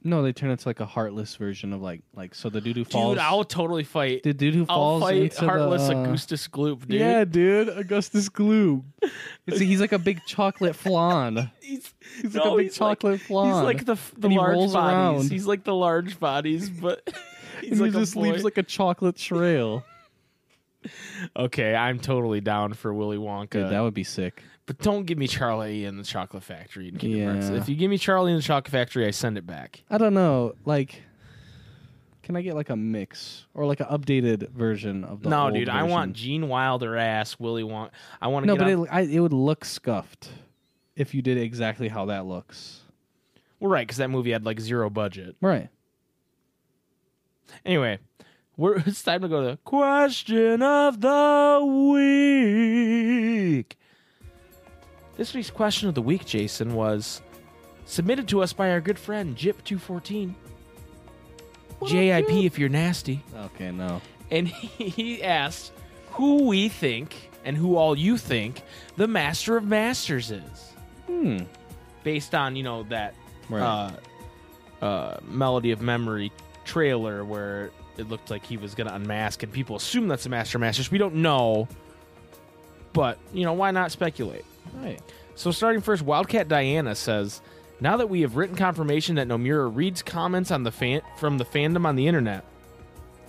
[SPEAKER 3] No, they turn into like a heartless version of like like so the dude who falls.
[SPEAKER 2] Dude, I'll totally fight.
[SPEAKER 3] the dude who
[SPEAKER 2] I'll
[SPEAKER 3] falls
[SPEAKER 2] fight
[SPEAKER 3] into
[SPEAKER 2] heartless
[SPEAKER 3] the, uh,
[SPEAKER 2] Augustus Gloop, dude.
[SPEAKER 3] Yeah, dude, Augustus Gloom. It's- he's like a big chocolate flan.
[SPEAKER 2] he's,
[SPEAKER 3] <laughs>
[SPEAKER 2] <laughs>
[SPEAKER 3] He's
[SPEAKER 2] no,
[SPEAKER 3] like a big
[SPEAKER 2] he's
[SPEAKER 3] chocolate
[SPEAKER 2] Like,
[SPEAKER 3] flan.
[SPEAKER 2] he's like the the
[SPEAKER 3] And he
[SPEAKER 2] large
[SPEAKER 3] rolls
[SPEAKER 2] bodies.
[SPEAKER 3] around.
[SPEAKER 2] He's like the large bodies, but <laughs> he's
[SPEAKER 3] and
[SPEAKER 2] like
[SPEAKER 3] he
[SPEAKER 2] a
[SPEAKER 3] just
[SPEAKER 2] boy.
[SPEAKER 3] leaves like a chocolate trail.
[SPEAKER 2] okay. I'm totally down for Willy Wonka.
[SPEAKER 3] Dude, that would be sick.
[SPEAKER 2] but don't give me Charlie and the Chocolate Factory. And Kingdom Hearts.
[SPEAKER 3] Yeah.
[SPEAKER 2] If you give me Charlie and the Chocolate Factory, I send it back.
[SPEAKER 3] I don't know, like. Can I get like a mix or like an updated version of the
[SPEAKER 2] No,
[SPEAKER 3] old
[SPEAKER 2] dude, I
[SPEAKER 3] version?
[SPEAKER 2] want Gene Wilder ass Willy Wonka. I want to
[SPEAKER 3] No,
[SPEAKER 2] get.
[SPEAKER 3] but it,
[SPEAKER 2] on-
[SPEAKER 3] I, it would look scuffed if you did exactly how that looks.
[SPEAKER 2] well, right, because that movie had like zero budget.
[SPEAKER 3] Right.
[SPEAKER 2] Anyway, we're <laughs> it's time to go to question of the week. This week's question of the week, Jason, was submitted to us by our good friend Jip214. JIP if you're nasty.
[SPEAKER 3] Okay, no.
[SPEAKER 2] And <laughs> he, he asked who we think and who all you think the Master of Masters is.
[SPEAKER 3] Hmm.
[SPEAKER 2] based on you know that
[SPEAKER 3] Right.
[SPEAKER 2] uh, uh, melody of memory trailer where it looked like he was gonna unmask and people assume that's the master of masters we don't know but you know why not speculate
[SPEAKER 3] Right.
[SPEAKER 2] so starting first wildcat diana says Now that we have written confirmation that Nomura reads comments on the fan- from the fandom on the internet,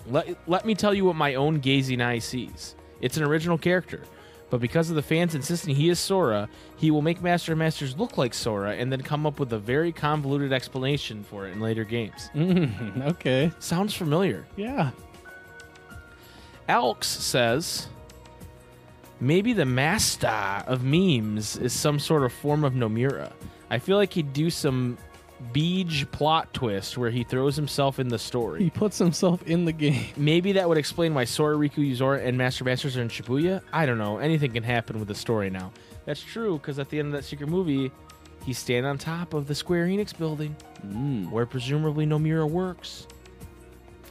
[SPEAKER 2] let, let me tell you what my own gazing eye sees. It's an original character, but because of the fans insisting he is Sora, he will make Master and Masters look like Sora and then come up with a very convoluted explanation for it in later games.
[SPEAKER 3] okay.
[SPEAKER 2] Sounds familiar.
[SPEAKER 3] Yeah.
[SPEAKER 2] Alks says, maybe the master of memes is some sort of form of Nomura. I feel like he'd do some beej plot twist where he throws himself in the
[SPEAKER 3] He
[SPEAKER 2] story.
[SPEAKER 3] puts himself in the game.
[SPEAKER 2] Maybe that would explain why Sora, Riku, Yuzora, and Master Masters are in Shibuya. I don't know. Anything can happen with the story now. That's true, because at the end of that secret movie, he's standing on top of the Square Enix building, where presumably Nomura works.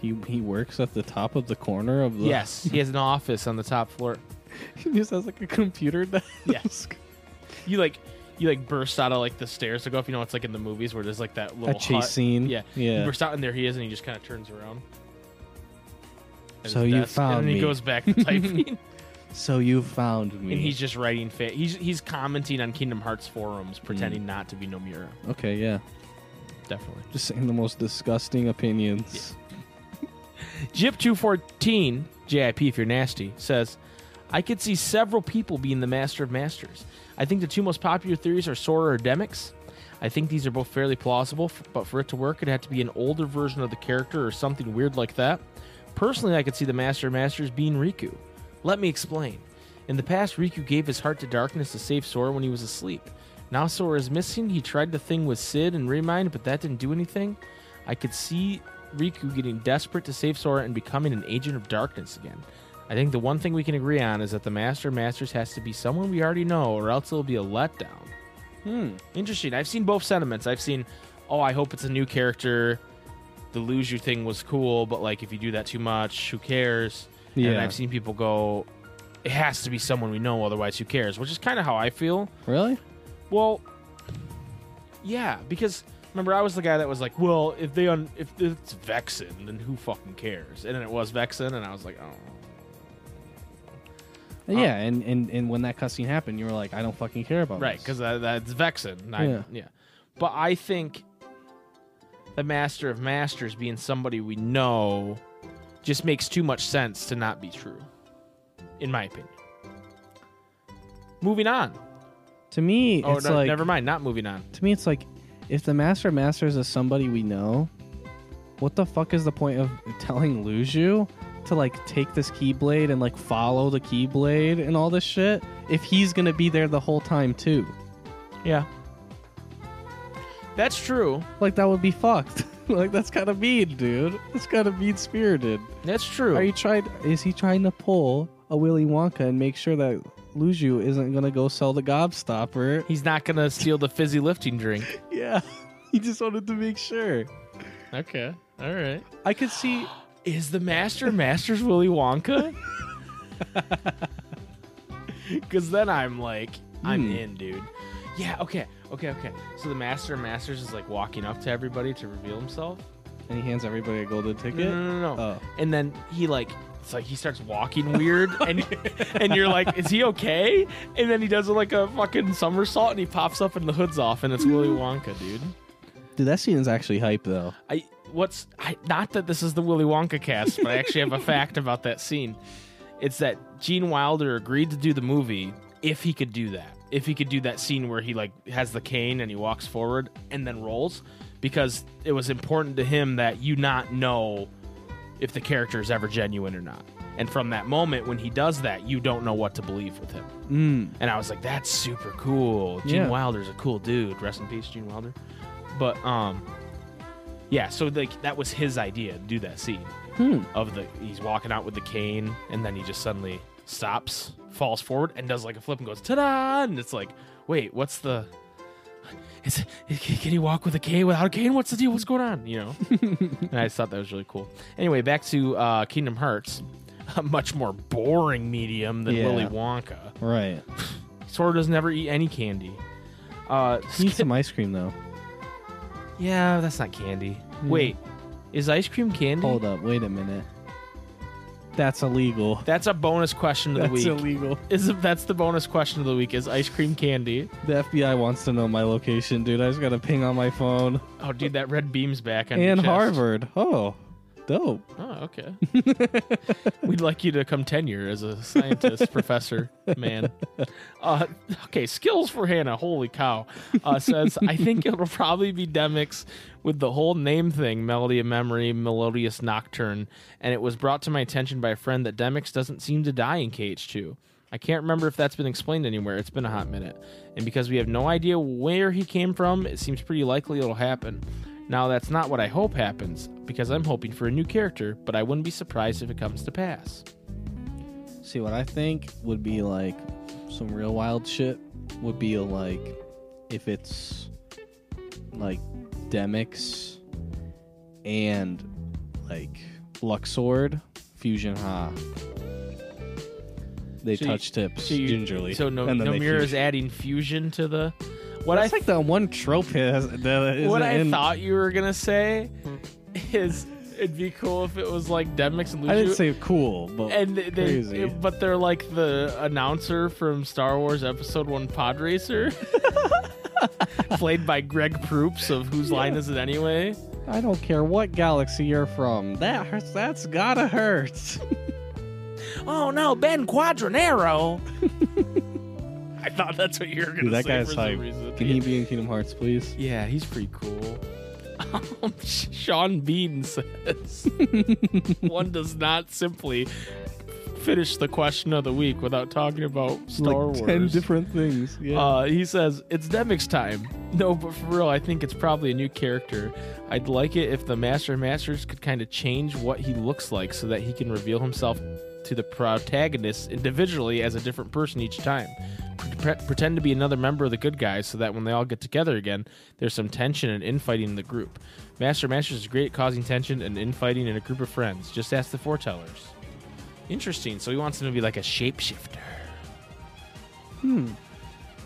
[SPEAKER 3] Hmm, He he works at the top of the corner of the.
[SPEAKER 2] Yes, he has an office on the top floor.
[SPEAKER 3] <laughs> he just has like a computer <laughs> desk.
[SPEAKER 2] Yes. you like you like burst out of like the stairs to go up. You know, it's like in the movies where there's like that little
[SPEAKER 3] That chase
[SPEAKER 2] hut.
[SPEAKER 3] scene.
[SPEAKER 2] Yeah,
[SPEAKER 3] Yeah.
[SPEAKER 2] You burst out, and there he is, and he just kind of turns around. At
[SPEAKER 3] So
[SPEAKER 2] his
[SPEAKER 3] you
[SPEAKER 2] desk,
[SPEAKER 3] found
[SPEAKER 2] and then
[SPEAKER 3] me.
[SPEAKER 2] He goes back
[SPEAKER 3] <laughs>
[SPEAKER 2] to typing,
[SPEAKER 3] So you found me.
[SPEAKER 2] and he's just writing. Fa- he's he's commenting on Kingdom Hearts forums, pretending
[SPEAKER 3] Mm.
[SPEAKER 2] not to be Nomura.
[SPEAKER 3] okay. Yeah.
[SPEAKER 2] Definitely.
[SPEAKER 3] Just saying the most disgusting opinions.
[SPEAKER 2] Jip214, JIP if you're nasty, says, I could see several people being the master of masters. I think the two most popular theories are Sora or Demix. I think these are both fairly plausible, f- but for it to work, it'd have to be an older version of the character or something weird like that. Personally, I could see the master of masters being Riku. Let me explain. In the past, Riku gave his heart to darkness to save Sora when he was asleep. Now Sora is missing. He tried the thing with Sid and Remind, but that didn't do anything. I could see Riku getting desperate to save Sora and becoming an agent of darkness again. I think the one thing we can agree on is that the Master of Masters has to be someone we already know, or else it'll be a letdown.
[SPEAKER 3] Hmm.
[SPEAKER 2] Interesting. I've seen both sentiments. I've seen, oh, I hope it's a new character. The lose you thing was cool, but like if you do that too much, who cares? And
[SPEAKER 3] Yeah.
[SPEAKER 2] I've seen people go, it has to be someone we know, otherwise who cares? Which is kind of how I feel.
[SPEAKER 3] Really?
[SPEAKER 2] Well, yeah, because remember I was the guy that was like, well, if they un- if it's Vexen, then who fucking cares? And then it was Vexen, and I was like, oh, Uh,
[SPEAKER 3] yeah. And, and and when that cussing happened, you were like, I don't fucking care about
[SPEAKER 2] right,
[SPEAKER 3] this.
[SPEAKER 2] because that, that's Vexen. and I, yeah.
[SPEAKER 3] Yeah.
[SPEAKER 2] but I think the Master of Masters being somebody we know just makes too much sense to not be true, in my opinion. Moving on.
[SPEAKER 3] to me,
[SPEAKER 2] Oh,
[SPEAKER 3] it's
[SPEAKER 2] no,
[SPEAKER 3] like
[SPEAKER 2] never mind. Not moving on.
[SPEAKER 3] to me, it's like if the master of masters is somebody we know, what the fuck is the point of telling Luju to like take this keyblade and like follow the keyblade and all this shit if he's gonna be there the whole time too?
[SPEAKER 2] Yeah. That's true.
[SPEAKER 3] Like that would be fucked. <laughs> like that's kind of mean, dude. That's kind of mean spirited.
[SPEAKER 2] That's true.
[SPEAKER 3] Are you trying? Is he trying to pull a Willy Wonka and make sure that Luju isn't gonna go sell the Gobstopper?
[SPEAKER 2] He's not gonna steal the fizzy lifting drink.
[SPEAKER 3] <laughs> Yeah, he just wanted to make sure.
[SPEAKER 2] <laughs> Okay. All right.
[SPEAKER 3] I could see.
[SPEAKER 2] Is the master Masters Willy
[SPEAKER 3] <laughs>
[SPEAKER 2] Wonka? Because then I'm like, I'm
[SPEAKER 3] Hmm.
[SPEAKER 2] in, dude. Yeah. Okay. Okay. Okay. So the master Masters is like walking up to everybody to reveal himself.
[SPEAKER 3] And he hands everybody a golden ticket.
[SPEAKER 2] No, no, no, no.
[SPEAKER 3] Oh.
[SPEAKER 2] And then he like. It's like he starts walking
[SPEAKER 3] <laughs>
[SPEAKER 2] weird, and and you're like, "Is he okay?" And then he does like a fucking somersault, and he pops up, and the hood's off, and it's
[SPEAKER 3] Mm.
[SPEAKER 2] Willy Wonka, dude.
[SPEAKER 3] Dude, that scene is actually hype though.
[SPEAKER 2] I what's I, not that this is the Willy Wonka cast, but I actually have a fact about that scene. It's that Gene Wilder agreed to do the movie if he could do that. If he could do that scene where he like has the cane and he walks forward and then rolls because it was important to him that you not know if the character is ever genuine or not. And from that moment when he does that, you don't know what to believe with him.
[SPEAKER 3] Mm.
[SPEAKER 2] And I was like, that's super cool. Gene
[SPEAKER 3] Yeah.
[SPEAKER 2] Wilder's a cool dude. Rest in peace, Gene Wilder. But um yeah, so like that was his idea to do that scene
[SPEAKER 3] Hmm.
[SPEAKER 2] of the he's walking out with the cane and then he just suddenly stops, falls forward, and does like a flip and goes, ta-da! And it's like, wait, what's the is it, can he walk with a cane without a cane? What's the deal? What's going on?
[SPEAKER 3] <laughs>
[SPEAKER 2] You know? and I just thought that was really cool. Anyway, back to uh, Kingdom Hearts. <laughs> A much more boring medium than
[SPEAKER 3] Yeah.
[SPEAKER 2] Willy Wonka.
[SPEAKER 3] Right.
[SPEAKER 2] Sora doesn't ever eat any candy. Uh,
[SPEAKER 3] Need
[SPEAKER 2] skip-
[SPEAKER 3] some ice cream though.
[SPEAKER 2] yeah, that's not candy. Wait, Hmm. is ice cream candy?
[SPEAKER 3] Hold up, wait a minute. That's illegal.
[SPEAKER 2] That's a bonus question of the
[SPEAKER 3] That's
[SPEAKER 2] week.
[SPEAKER 3] illegal.
[SPEAKER 2] Is that's the bonus question of the week? Is ice cream candy?
[SPEAKER 3] The FBI wants to know my location, dude. I just got a ping on my phone.
[SPEAKER 2] Oh, dude, that red beam's back. On your
[SPEAKER 3] And
[SPEAKER 2] chest.
[SPEAKER 3] Harvard. Oh, dope.
[SPEAKER 2] Oh, okay. <laughs> We'd like you to come tenure as a
[SPEAKER 3] <laughs>
[SPEAKER 2] scientist, professor, man. Uh, <laughs> okay, skills for Hannah. Holy cow. Uh, says, I think it'll probably be Demix with the whole name thing Melody of Memory, Melodious Nocturne. And it was brought to my attention by a friend that Demix doesn't seem to die in KH2. I can't remember if that's been explained anywhere. It's been a hot minute. And because we have no idea where he came from, it seems pretty likely it'll happen. Now, that's not what I hope happens, because I'm hoping for a new character, but I wouldn't be surprised if it comes to pass.
[SPEAKER 3] See, what I think would be like some real wild shit would be like if it's like Demix and like Luxord Fusion Ha. They
[SPEAKER 2] So you-
[SPEAKER 3] touch tips
[SPEAKER 2] So you-
[SPEAKER 3] gingerly.
[SPEAKER 2] So no,
[SPEAKER 3] and then they
[SPEAKER 2] Nomura is
[SPEAKER 3] fuse.
[SPEAKER 2] adding fusion to the. What
[SPEAKER 3] That's
[SPEAKER 2] I
[SPEAKER 3] like the one trope <laughs> that has- that is
[SPEAKER 2] what I
[SPEAKER 3] in-
[SPEAKER 2] thought you were gonna say is it'd be cool if it was like Demix and Luju.
[SPEAKER 3] I didn't say cool, but
[SPEAKER 2] and they, they-
[SPEAKER 3] crazy.
[SPEAKER 2] but they're like the announcer from Star Wars Episode One Pod
[SPEAKER 3] <laughs>
[SPEAKER 2] Racer, played by Greg Proops of Whose Line Is It Anyway?
[SPEAKER 3] I don't care what galaxy you're from. That hurts. That's gotta hurt. <laughs>
[SPEAKER 2] Oh no, Ben
[SPEAKER 3] <laughs>
[SPEAKER 2] Quadranero. I thought that's what you were gonna
[SPEAKER 3] Dude, that
[SPEAKER 2] say
[SPEAKER 3] guy's
[SPEAKER 2] for
[SPEAKER 3] hype.
[SPEAKER 2] some reason.
[SPEAKER 3] Can he be in Kingdom Hearts, please?
[SPEAKER 2] <laughs> Yeah, he's pretty cool. Um, <laughs> Sean Bean <laughs> says one does not simply finish the question of the week without talking about Star
[SPEAKER 3] like ten
[SPEAKER 2] Wars.
[SPEAKER 3] different things. Yeah.
[SPEAKER 2] Uh, he says it's Demix time. <laughs> No, but for real, I think it's probably a new character. I'd like it if the Master of Masters could kind of change what he looks like so that he can reveal himself to the protagonist individually as a different person each time. Pre- pretend to be another member of the good guys so that when they all get together again, there's some tension and infighting in the group. Master of Masters is great at causing tension and infighting in a group of friends. Just ask the foretellers. Interesting. So he wants him to be like a shapeshifter.
[SPEAKER 3] hmm.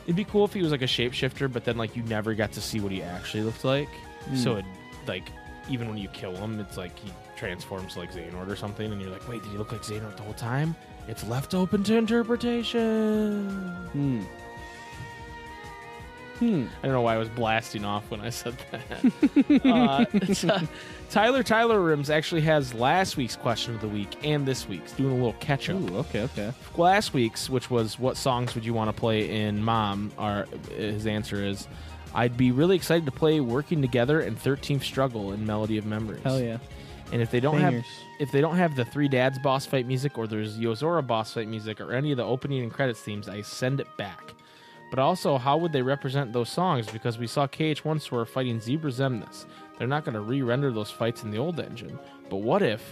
[SPEAKER 2] It'd be cool if he was like a shapeshifter, but then like you never got to see what he actually looked like.
[SPEAKER 3] Hmm.
[SPEAKER 2] So it like even when you kill him, it's like he transforms like Xehanort or something, and you're like, wait, did he look like Xehanort the whole time? It's left open to interpretation.
[SPEAKER 3] Hmm. Hmm.
[SPEAKER 2] I don't know why I was blasting off when I said
[SPEAKER 3] <laughs>
[SPEAKER 2] that. uh, <laughs> Ty- Tyler Tyler Rims actually has last week's question of the week and this week's, doing a little catch up.
[SPEAKER 3] Ooh. Okay. Okay.
[SPEAKER 2] last week's, which was what songs would you want to play in Mom? Our his answer is, I'd be really excited to play Working Together and 13th Struggle in Melody of Memories.
[SPEAKER 3] Hell yeah.
[SPEAKER 2] And if they don't have
[SPEAKER 3] Bangers.
[SPEAKER 2] if they don't have the Three Dads boss fight music or there's Yozora boss fight music or any of the opening and credits themes, I send it back. But also, how would they represent those songs? Because we saw KH1 Sora fighting Zebra Zemnis. They're not going to re-render those fights in the old engine. But what if?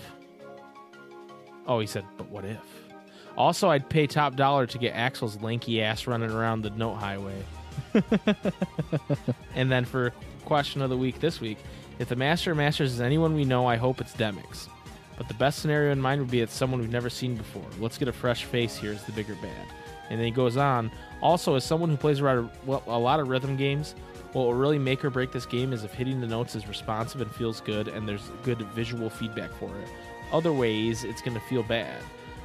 [SPEAKER 2] Oh, he said, but what if? Also, I'd pay top dollar to get Axel's lanky ass running around the note highway. and then for question of the week this week, if the Master of Masters is anyone we know, I hope it's Demix. But the best scenario in mind would be it's someone we've never seen before. Let's get a fresh face here as the bigger bad. And then he goes on. Also, as someone who plays a lot of, well, a lot of rhythm games, what will really make or break this game is if hitting the notes is responsive and feels good, and there's good visual feedback for it. Other ways, it's going to feel bad.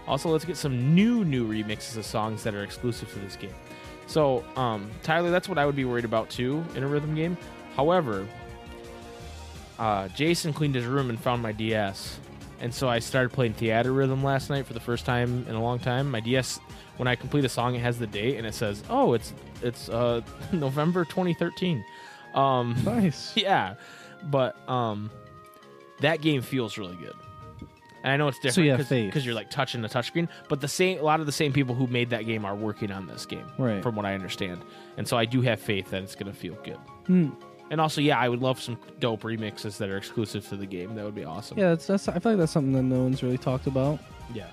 [SPEAKER 2] Also, let's get some new, new remixes of songs that are exclusive to this game. So, um, Tyler, that's what I would be worried about too in a rhythm game. However, uh, Jason cleaned his room and found my DS. And so I started playing Theater Rhythm last night for the first time in a long time. My DS, when I complete a song, it has the date and it says, "Oh, it's it's uh, <laughs> November 2013." Um,
[SPEAKER 3] Nice.
[SPEAKER 2] <laughs> yeah, but um, that game feels really good, and I know it's
[SPEAKER 3] you have
[SPEAKER 2] different
[SPEAKER 3] faith.
[SPEAKER 2] because you're like touching the touchscreen. But the same, a lot of the same people who made that game are working on this game,
[SPEAKER 3] Right.
[SPEAKER 2] From what I understand, and so I do have faith that it's going to feel good.
[SPEAKER 3] Hmm.
[SPEAKER 2] And also, yeah, I would love some dope remixes that are exclusive to the game. That would be awesome.
[SPEAKER 3] Yeah. That's, that's. I feel like that's something that no one's really talked about.
[SPEAKER 2] yeah,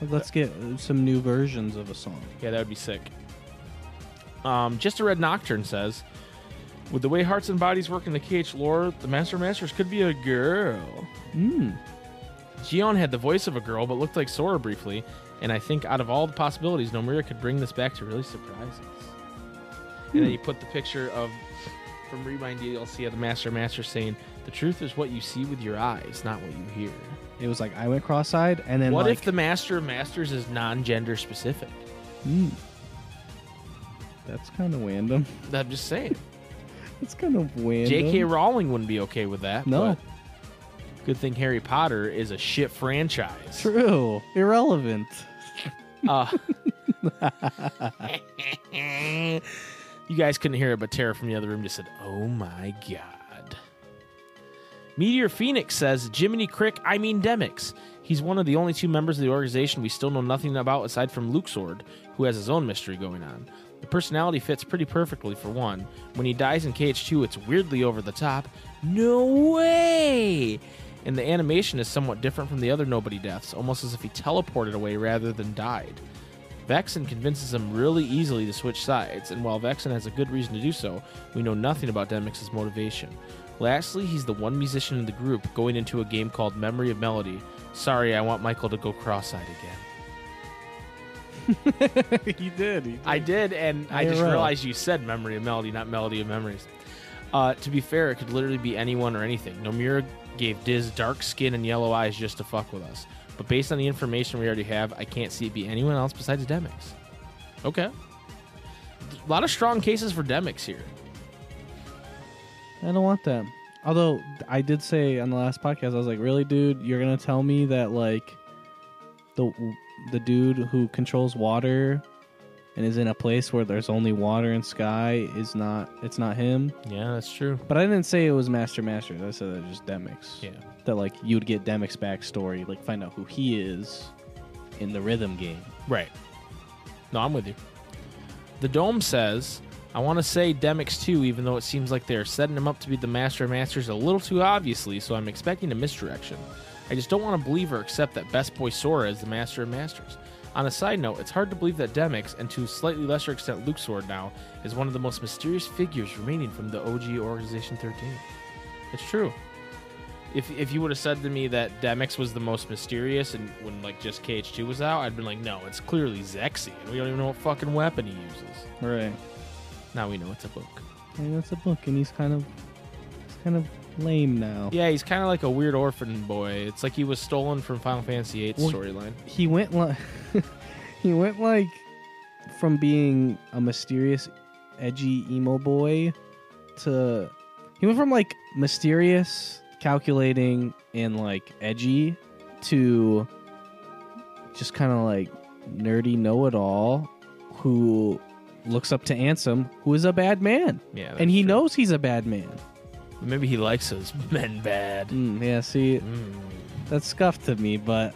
[SPEAKER 3] Like, let's get uh, some new versions of a song.
[SPEAKER 2] Yeah, that would be sick. Um, just a red nocturne says, with the way hearts and bodies work in the KH lore, the Master of Masters could be a girl.
[SPEAKER 3] Hmm.
[SPEAKER 2] Gion had the voice of a girl, but looked like Sora briefly, and I think out of all the possibilities, Nomura could bring this back to really surprise us. And
[SPEAKER 3] Hmm.
[SPEAKER 2] then you put the picture of from Remind DLC of the Master Master saying, "The truth is what you see with your eyes, not what you hear."
[SPEAKER 3] It was like I went cross-eyed, and then
[SPEAKER 2] What
[SPEAKER 3] like,
[SPEAKER 2] if the Master of Masters is non-gender specific?
[SPEAKER 3] that's kind of random. <laughs>
[SPEAKER 2] I'm just saying.
[SPEAKER 3] That's kind of random.
[SPEAKER 2] J.K. Rowling wouldn't be okay with that.
[SPEAKER 3] No.
[SPEAKER 2] but good thing Harry Potter is a shit franchise.
[SPEAKER 3] True. Irrelevant. <laughs>
[SPEAKER 2] Uh, <laughs> you guys couldn't hear it, but Tara from the other room just said, Oh my God. Meteor Phoenix says, Jiminy Crick, I mean Demix. He's one of the only two members of the organization we still know nothing about aside from Luxord, who has his own mystery going on. The personality fits pretty perfectly for one. When he dies in KH2, it's weirdly over the top. No way! And the animation is somewhat different from the other Nobody deaths, almost as if he teleported away rather than died. Vexen convinces him really easily to switch sides, and while Vexen has a good reason to do so, we know nothing about Demix's motivation. Lastly, he's the one musician in the group going into a game called Memory of Melody. Sorry, I want Michael to go cross-eyed again.
[SPEAKER 3] he did. He
[SPEAKER 2] I did, and I just
[SPEAKER 3] IRL.
[SPEAKER 2] realized you said Memory of Melody, not Melody of Memories. Uh, to be fair, it could literally be anyone or anything. Nomura gave Diz dark skin and yellow eyes just to fuck with us. But based on the information we already have, I can't see it be anyone else besides Demix. Okay. A lot of strong cases for Demix here.
[SPEAKER 3] I don't want that. Although I did say on the last podcast, I was like, "Really, dude? You're gonna tell me that like the the dude who controls water and is in a place where there's only water and sky is not it's not him?"
[SPEAKER 2] Yeah, that's true.
[SPEAKER 3] But I didn't say it was Master Masters. I said that it was just Demix.
[SPEAKER 2] Yeah.
[SPEAKER 3] That like you'd get Demix backstory, like find out who he is in the rhythm game.
[SPEAKER 2] Right. No, I'm with you. The Dome says, I want to say Demix 2, even though it seems like they're setting him up to be the Master of Masters a little too obviously, so I'm expecting a misdirection. I just don't want to believe or accept that Best Boy Sora is the Master of Masters. On a side note, it's hard to believe that Demix, and to a slightly lesser extent Luxord now, is one of the most mysterious figures remaining from the OG Organization 13. It's true. If, if you would have said to me that Demix was the most mysterious and when like just KH2 was out, I'd been like, no, it's clearly Zexy, and we don't even know what fucking weapon he uses.
[SPEAKER 3] Right.
[SPEAKER 2] Now we know it's a book.
[SPEAKER 3] And that's a book, and he's kind of he's kind of lame now.
[SPEAKER 2] Yeah, he's kind of like a weird orphan boy. It's like he was stolen from Final Fantasy VIII's
[SPEAKER 3] Well,
[SPEAKER 2] storyline.
[SPEAKER 3] he went like <laughs> he went like from being a mysterious edgy emo boy to he went from like mysterious calculating and like edgy to just kind of like nerdy know-it-all who looks up to Ansem who is a bad man
[SPEAKER 2] Yeah, that's
[SPEAKER 3] and he
[SPEAKER 2] true.
[SPEAKER 3] knows he's a bad man
[SPEAKER 2] Maybe he likes those men bad.
[SPEAKER 3] Mm, yeah see
[SPEAKER 2] Mm.
[SPEAKER 3] that's scuffed to me but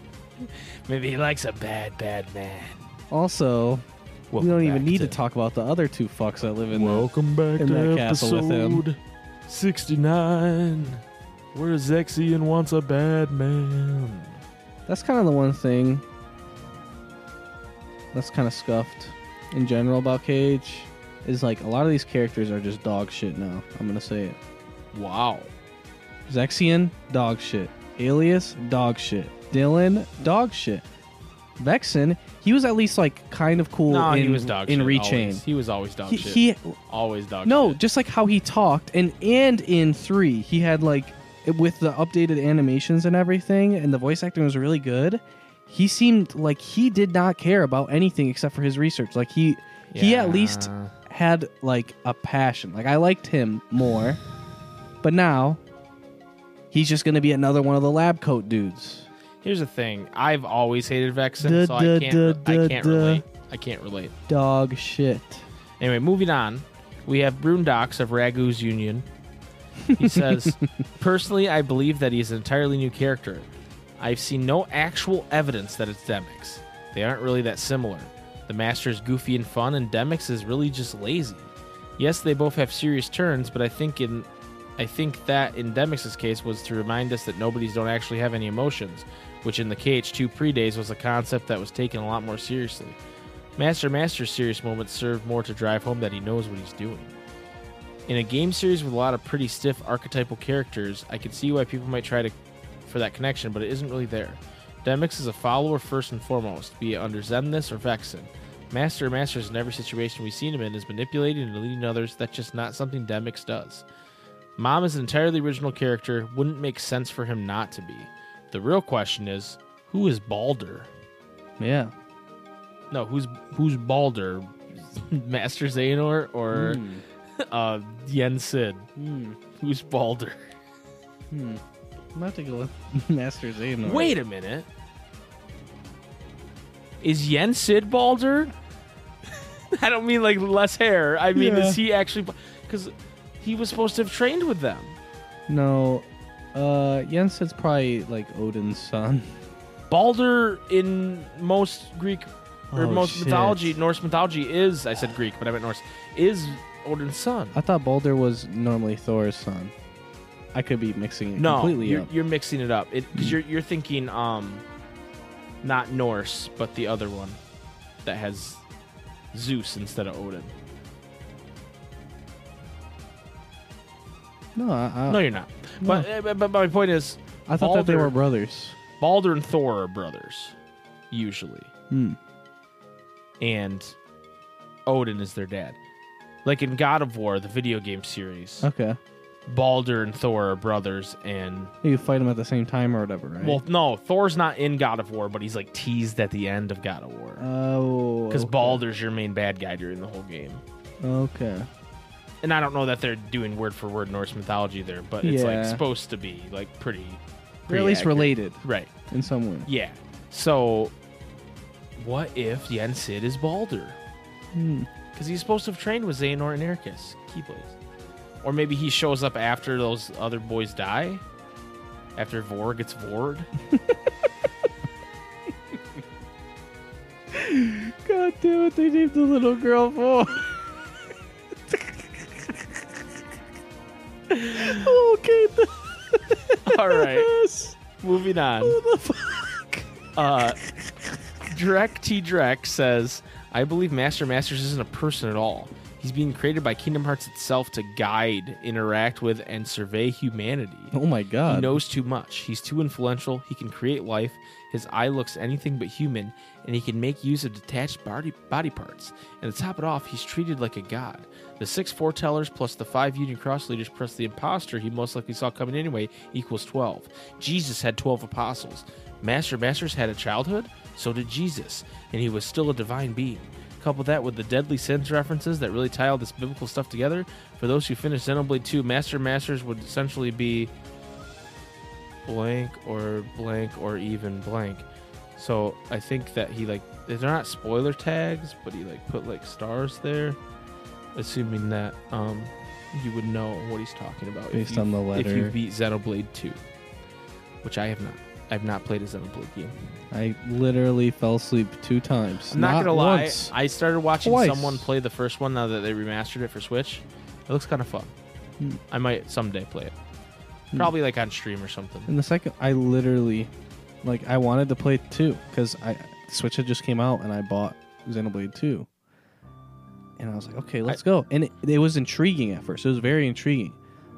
[SPEAKER 2] Maybe he likes a bad, bad man.
[SPEAKER 3] also
[SPEAKER 2] Welcome
[SPEAKER 3] we don't even
[SPEAKER 2] back
[SPEAKER 3] need to talk about the other two fucks that live in there.
[SPEAKER 2] Welcome back
[SPEAKER 3] in
[SPEAKER 2] to
[SPEAKER 3] that castle with him.
[SPEAKER 2] episode 69, where Zexian wants a bad man.
[SPEAKER 3] That's kind of the one thing that's kind of scuffed in general about Cage is like a lot of these characters are just dog shit now. I'm gonna say it.
[SPEAKER 2] Wow.
[SPEAKER 3] Zexion, dog shit. Alias, dog shit. Dylan, dog shit. Vexen, he was at least like kind of cool
[SPEAKER 2] No,
[SPEAKER 3] in,
[SPEAKER 2] he was dog
[SPEAKER 3] in
[SPEAKER 2] shit.
[SPEAKER 3] Rechain.
[SPEAKER 2] always. He was always dog
[SPEAKER 3] He,
[SPEAKER 2] shit.
[SPEAKER 3] he
[SPEAKER 2] always dog
[SPEAKER 3] no,
[SPEAKER 2] shit.
[SPEAKER 3] just like how he talked and and in 3, he had like with the updated animations and everything and the voice acting was really good. He seemed like he did not care about anything except for his research. Like he he at least
[SPEAKER 2] Yeah.
[SPEAKER 3] had like a passion. Like I liked him more. But now he's just going to be another one of the lab coat dudes.
[SPEAKER 2] Here's the thing. I've always hated Vexen,
[SPEAKER 3] Duh,
[SPEAKER 2] so I
[SPEAKER 3] duh,
[SPEAKER 2] can't.
[SPEAKER 3] duh,
[SPEAKER 2] I
[SPEAKER 3] duh,
[SPEAKER 2] can't
[SPEAKER 3] duh.
[SPEAKER 2] relate. I can't relate.
[SPEAKER 3] Dog shit.
[SPEAKER 2] Anyway, moving on. We have Brundox of Ragu's Union. He says, "Personally, I believe that he's an entirely new character. I've seen no actual evidence that it's Demix. They aren't really that similar. The master is goofy and fun, and Demix is really just lazy. Yes, they both have serious turns, but I think in I think that in Demix's case was to remind us that nobodies don't actually have any emotions, which in the KH2 pre days was a concept that was taken a lot more seriously. Master Master's serious moments serve more to drive home that he knows what he's doing. In a game series with a lot of pretty stiff archetypal characters, I can see why people might try to for that connection, but it isn't really there. Demix is a follower first and foremost, be it under Zemnis or Vexen. Master Masters in every situation we've seen him in is manipulating and leading others. That's just not something Demix does. Mom is an entirely original character. Wouldn't make sense for him not to be. The real question is, who is Balder?
[SPEAKER 3] Yeah.
[SPEAKER 2] No, who's who's Balder? <laughs> Master Xehanort or uh, Yen Sid? Who's Balder?
[SPEAKER 3] I'm about to go with <laughs> Master Xehanort.
[SPEAKER 2] Wait a minute. Is Yen Sid Balder? <laughs> I don't mean like less hair. I mean,
[SPEAKER 3] Yeah.
[SPEAKER 2] is he actually? Because he was supposed to have trained with them.
[SPEAKER 3] No. Uh, Yensid's probably like Odin's son.
[SPEAKER 2] Balder in most Greek or
[SPEAKER 3] Oh,
[SPEAKER 2] most
[SPEAKER 3] shit.
[SPEAKER 2] mythology, Norse mythology is I said Greek, but I meant Norse is Odin's son.
[SPEAKER 3] I thought Balder was normally Thor's son. I could be mixing it
[SPEAKER 2] no,
[SPEAKER 3] completely
[SPEAKER 2] you're,
[SPEAKER 3] up.
[SPEAKER 2] you're mixing it up because you're you're thinking um, not Norse, but the other one that has Zeus instead of Odin.
[SPEAKER 3] No, I, I,
[SPEAKER 2] No, you're not. But uh, but but my point is,
[SPEAKER 3] Uh, I thought that they
[SPEAKER 2] Balder-
[SPEAKER 3] were brothers.
[SPEAKER 2] Balder and Thor are brothers, usually,
[SPEAKER 3] Hmm.
[SPEAKER 2] and Odin is their dad. Like in God of War, the video game series,
[SPEAKER 3] Okay.
[SPEAKER 2] Balder and Thor are brothers, and
[SPEAKER 3] You fight them at the same time or whatever, right?
[SPEAKER 2] well, no, Thor's not in God of War, but he's like teased at the end of God of War
[SPEAKER 3] oh.
[SPEAKER 2] because
[SPEAKER 3] okay.
[SPEAKER 2] Balder's your main bad guy during the whole game.
[SPEAKER 3] Okay.
[SPEAKER 2] And I don't know that they're doing word for word Norse mythology there, but it's
[SPEAKER 3] Yeah.
[SPEAKER 2] like supposed to be like pretty,
[SPEAKER 3] Or
[SPEAKER 2] pretty
[SPEAKER 3] at least
[SPEAKER 2] accurate.
[SPEAKER 3] related
[SPEAKER 2] right?
[SPEAKER 3] in some way.
[SPEAKER 2] Yeah. So, what if Yen Sid is Balder?
[SPEAKER 3] Hmm.
[SPEAKER 2] Because he's supposed to have trained with Xehanort and Ericus, Keyblades. Or maybe he shows up after those other boys die. After Vor gets Vored.
[SPEAKER 3] God damn it! They named the little girl <laughs> Vor. okay. The-
[SPEAKER 2] <laughs> All right,
[SPEAKER 3] yes.
[SPEAKER 2] moving on.
[SPEAKER 3] What the fuck?
[SPEAKER 2] Uh, Drek T Drek says, I believe Master Masters isn't a person at all. He's being created by Kingdom Hearts itself to guide, interact with, and survey humanity.
[SPEAKER 3] Oh my
[SPEAKER 2] He
[SPEAKER 3] god.
[SPEAKER 2] knows too much. He's too influential. He can create life. His eye looks anything but human, and he can make use of detached body, body parts. And to top it off, he's treated like a god. The six foretellers plus the five Union Cross leaders plus the imposter he most likely saw coming anyway equals 12. Jesus had 12 apostles. Master Masters had a childhood, so did Jesus, and he was still a divine being. Couple that with the deadly sins references that really tie all this biblical stuff together. For those who finished Xenoblade 2, Master Masters would essentially be blank or blank or even blank. So I think that he like they're not spoiler tags, but he like put like stars there, assuming that um you would know what he's talking about if
[SPEAKER 3] Based
[SPEAKER 2] you-
[SPEAKER 3] on the
[SPEAKER 2] If you
[SPEAKER 3] letter.
[SPEAKER 2] beat Xenoblade Two, which I have not. I've not played a Xenoblade game.
[SPEAKER 3] I literally fell asleep two times.
[SPEAKER 2] I'm not, gonna lie.
[SPEAKER 3] once.
[SPEAKER 2] I started watching
[SPEAKER 3] Twice.
[SPEAKER 2] someone play the first one now that they remastered it for Switch. It looks kind of fun.
[SPEAKER 3] Hmm.
[SPEAKER 2] I might someday play it.
[SPEAKER 3] Hmm.
[SPEAKER 2] Probably like on stream or something.
[SPEAKER 3] And the second, I literally, like, I wanted to play two because I Switch had just came out and I bought Xenoblade Two, and I was like, okay, let's go. And it, it was intriguing at first; it was very intriguing,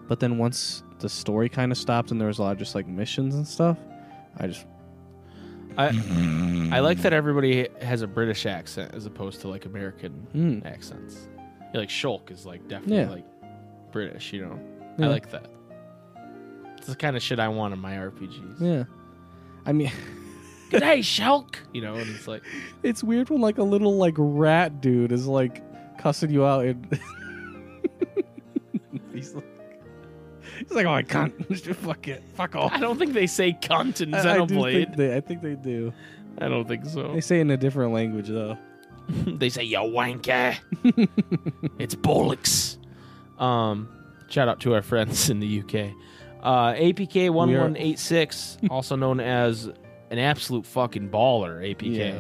[SPEAKER 3] but then once the story kind of stopped and there was a lot of just like missions and stuff, I just
[SPEAKER 2] I I like that everybody has a British accent as opposed to like American
[SPEAKER 3] mm,
[SPEAKER 2] accents. Yeah, like Shulk is like definitely
[SPEAKER 3] Yeah.
[SPEAKER 2] like British, you know.
[SPEAKER 3] Yeah.
[SPEAKER 2] I like that. It's the kind of shit I want in my RPGs.
[SPEAKER 3] yeah. I mean,
[SPEAKER 2] Good day, Shulk. You know, and it's like
[SPEAKER 3] it's weird when like a little like rat dude is like cussing you out and <laughs> he's like, he's like, oh, I can't, <laughs> fuck it, fuck
[SPEAKER 2] <laughs>
[SPEAKER 3] off.
[SPEAKER 2] I don't think they say cunt in
[SPEAKER 3] I- I do think
[SPEAKER 2] Xenoblade.
[SPEAKER 3] they- I think they do.
[SPEAKER 2] I don't think
[SPEAKER 3] They
[SPEAKER 2] so.
[SPEAKER 3] say it in a different language though.
[SPEAKER 2] <laughs> they say yo
[SPEAKER 3] <laughs>
[SPEAKER 2] wanker. it's bollocks. Um, shout out to our friends in the UK. Uh, APK one one eight six, also known as an absolute fucking baller. APK,
[SPEAKER 3] Yeah.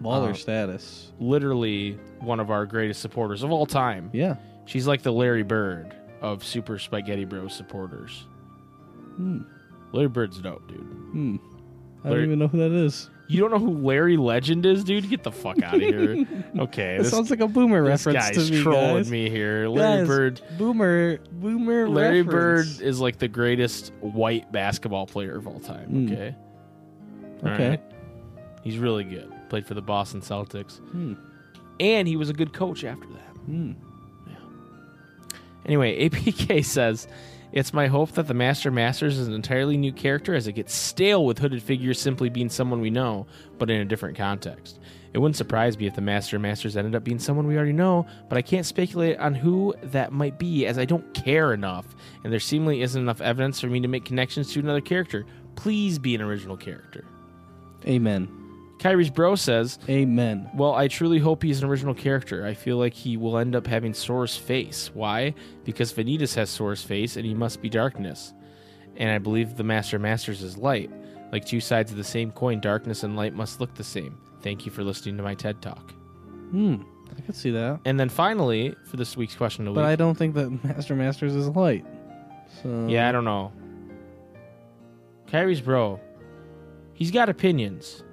[SPEAKER 3] Baller
[SPEAKER 2] Um,
[SPEAKER 3] status.
[SPEAKER 2] literally one of our greatest supporters of all time.
[SPEAKER 3] Yeah.
[SPEAKER 2] She's like the Larry Bird of Super Spaghetti Bros supporters.
[SPEAKER 3] Hmm.
[SPEAKER 2] Larry Bird's dope, dude.
[SPEAKER 3] Hmm. I
[SPEAKER 2] Larry-
[SPEAKER 3] don't even know who that is.
[SPEAKER 2] You don't know who Larry Legend is, dude? Get the fuck out of
[SPEAKER 3] <laughs>
[SPEAKER 2] here. Okay,
[SPEAKER 3] That
[SPEAKER 2] this,
[SPEAKER 3] sounds like a boomer
[SPEAKER 2] this
[SPEAKER 3] reference
[SPEAKER 2] guy's
[SPEAKER 3] to me.
[SPEAKER 2] trolling
[SPEAKER 3] guys.
[SPEAKER 2] me here. Larry
[SPEAKER 3] Guys,
[SPEAKER 2] Bird.
[SPEAKER 3] Boomer. Boomer.
[SPEAKER 2] Larry
[SPEAKER 3] reference.
[SPEAKER 2] Bird is like the greatest white basketball player of all time.
[SPEAKER 3] Mm.
[SPEAKER 2] Okay.
[SPEAKER 3] Okay.
[SPEAKER 2] He's really good. Played for the Boston Celtics,
[SPEAKER 3] Hmm.
[SPEAKER 2] and he was a good coach after that.
[SPEAKER 3] Hmm.
[SPEAKER 2] <laughs> Anyway, APK says It's my hope that the Master Masters is an entirely new character as it gets stale with hooded figures simply being someone we know, but in a different context. It wouldn't surprise me if the Master Masters ended up being someone we already know, but I can't speculate on who that might be as I don't care enough, and there seemingly isn't enough evidence for me to make connections to another character. Please be an original character.
[SPEAKER 3] Amen.
[SPEAKER 2] Kyrie's bro says,
[SPEAKER 3] Amen.
[SPEAKER 2] well, I truly hope he's an original character. I feel like he will end up having Sora's face. Why? Because Vanitas has Sora's face, and he must be darkness. And I believe the Master of Masters is light. Like two sides of the same coin, darkness and light must look the same. Thank you for listening to my TED Talk.
[SPEAKER 3] Hmm. I could see that.
[SPEAKER 2] And then finally, for this week's question of the
[SPEAKER 3] But I
[SPEAKER 2] week.
[SPEAKER 3] don't think that <laughs> Master Masters is light. So
[SPEAKER 2] yeah, I don't know. Kyrie's bro. He's got opinions. <laughs>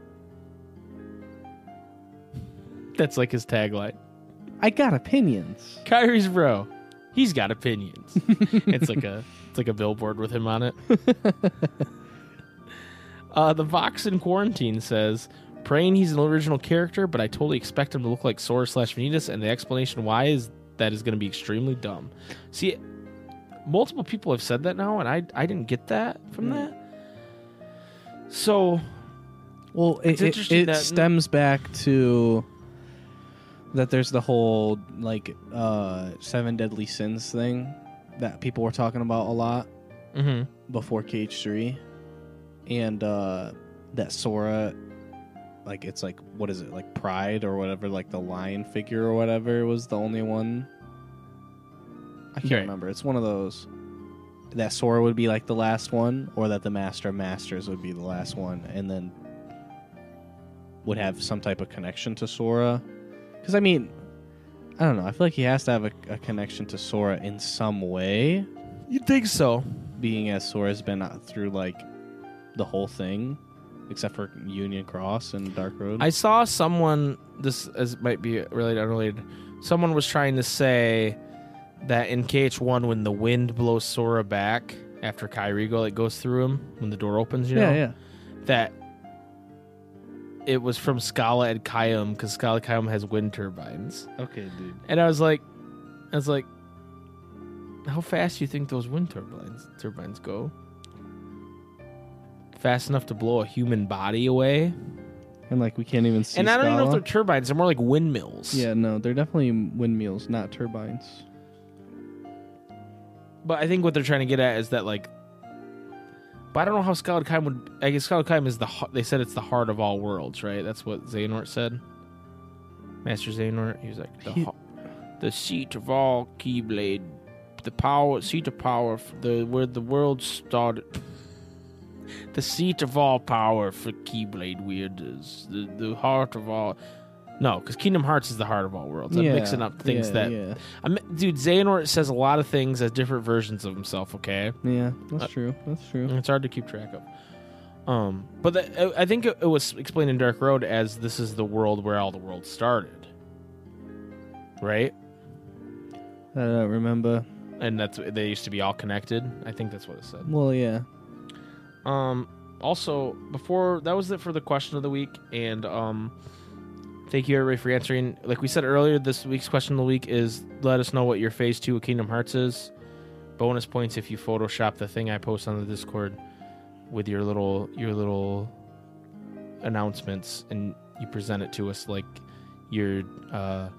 [SPEAKER 2] That's like his tagline.
[SPEAKER 3] I got opinions.
[SPEAKER 2] Kyrie's bro. He's got <laughs> opinions. it's like a it's like a billboard with him on <laughs> it. uh, the Vox in quarantine says, praying he's an original character, but I totally expect him to look like Sora slash Vanitas, and the explanation why is that is going to be extremely dumb. See, multiple people have said that now, and I I didn't get that from that. So
[SPEAKER 3] Well,
[SPEAKER 2] It's
[SPEAKER 3] it, it,
[SPEAKER 2] interesting
[SPEAKER 3] it
[SPEAKER 2] that-
[SPEAKER 3] stems back to that there's the whole like uh seven deadly sins thing that people were talking about a lot
[SPEAKER 2] mhm.
[SPEAKER 3] before Cage 3 and uh that Sora like it's like what is it like pride or whatever like the lion figure or whatever was the only one I can't
[SPEAKER 2] Right.
[SPEAKER 3] remember it's one of those that Sora would be like the last one or that the master of masters would be the last one and then would have some type of connection to Sora cuz I mean I don't know I feel like he has to have a, a connection to Sora in some way
[SPEAKER 2] you'd think so.
[SPEAKER 3] being as Sora's been out through like the whole thing, except for Union Cross and Dark Road.
[SPEAKER 2] I saw someone. This as might be related, unrelated. Someone was trying to say that in KH1, when the wind blows Sora back after Kyrie go like goes through him when the door opens, you
[SPEAKER 3] yeah,
[SPEAKER 2] know,
[SPEAKER 3] yeah.
[SPEAKER 2] that it was from Scala and Kyum because Scala Kyum has wind turbines,
[SPEAKER 3] Okay, dude.
[SPEAKER 2] and I was like, I was like, how fast do you think those wind turbines turbines go? Fast enough to blow a human body away?
[SPEAKER 3] And like we can't even see.
[SPEAKER 2] and I don't even know if
[SPEAKER 3] Scala.
[SPEAKER 2] they're turbines. They're more like windmills.
[SPEAKER 3] Yeah, no, they're definitely windmills, not turbines.
[SPEAKER 2] But I think what they're trying to get at is that like. But I don't know how Skalodheim would. I guess Skalodheim is the. har- They said it's the heart of all worlds, right? That's what Xehanort said. Master Xehanort. He was like the,
[SPEAKER 3] He-
[SPEAKER 2] har- the seat of all Keyblade, the power seat of power, f- the where the world started. The seat of all power for Keyblade wielders, the the heart of all. No, because Kingdom Hearts is the heart of all worlds. I'm
[SPEAKER 3] Yeah,
[SPEAKER 2] mixing up things
[SPEAKER 3] yeah,
[SPEAKER 2] that
[SPEAKER 3] Yeah,
[SPEAKER 2] I mean, dude, Xehanort says a lot of things as different versions of himself. Okay,
[SPEAKER 3] yeah, that's
[SPEAKER 2] Uh,
[SPEAKER 3] true. That's true.
[SPEAKER 2] it's hard to keep track of. Um, but the, I I think it, it was explained in Dark Road as this is the world where all the world started, right?
[SPEAKER 3] I don't remember.
[SPEAKER 2] And that's they used to be all connected. I think that's what it said.
[SPEAKER 3] Well, yeah.
[SPEAKER 2] Um, also, before that was it for the question of the week, and um, thank you everybody for answering. Like we said earlier, this week's question of the week is let us know what your phase two of Kingdom Hearts is. Bonus points if you Photoshop the thing I post on the Discord with your little your little announcements, and you present it to us like your uh,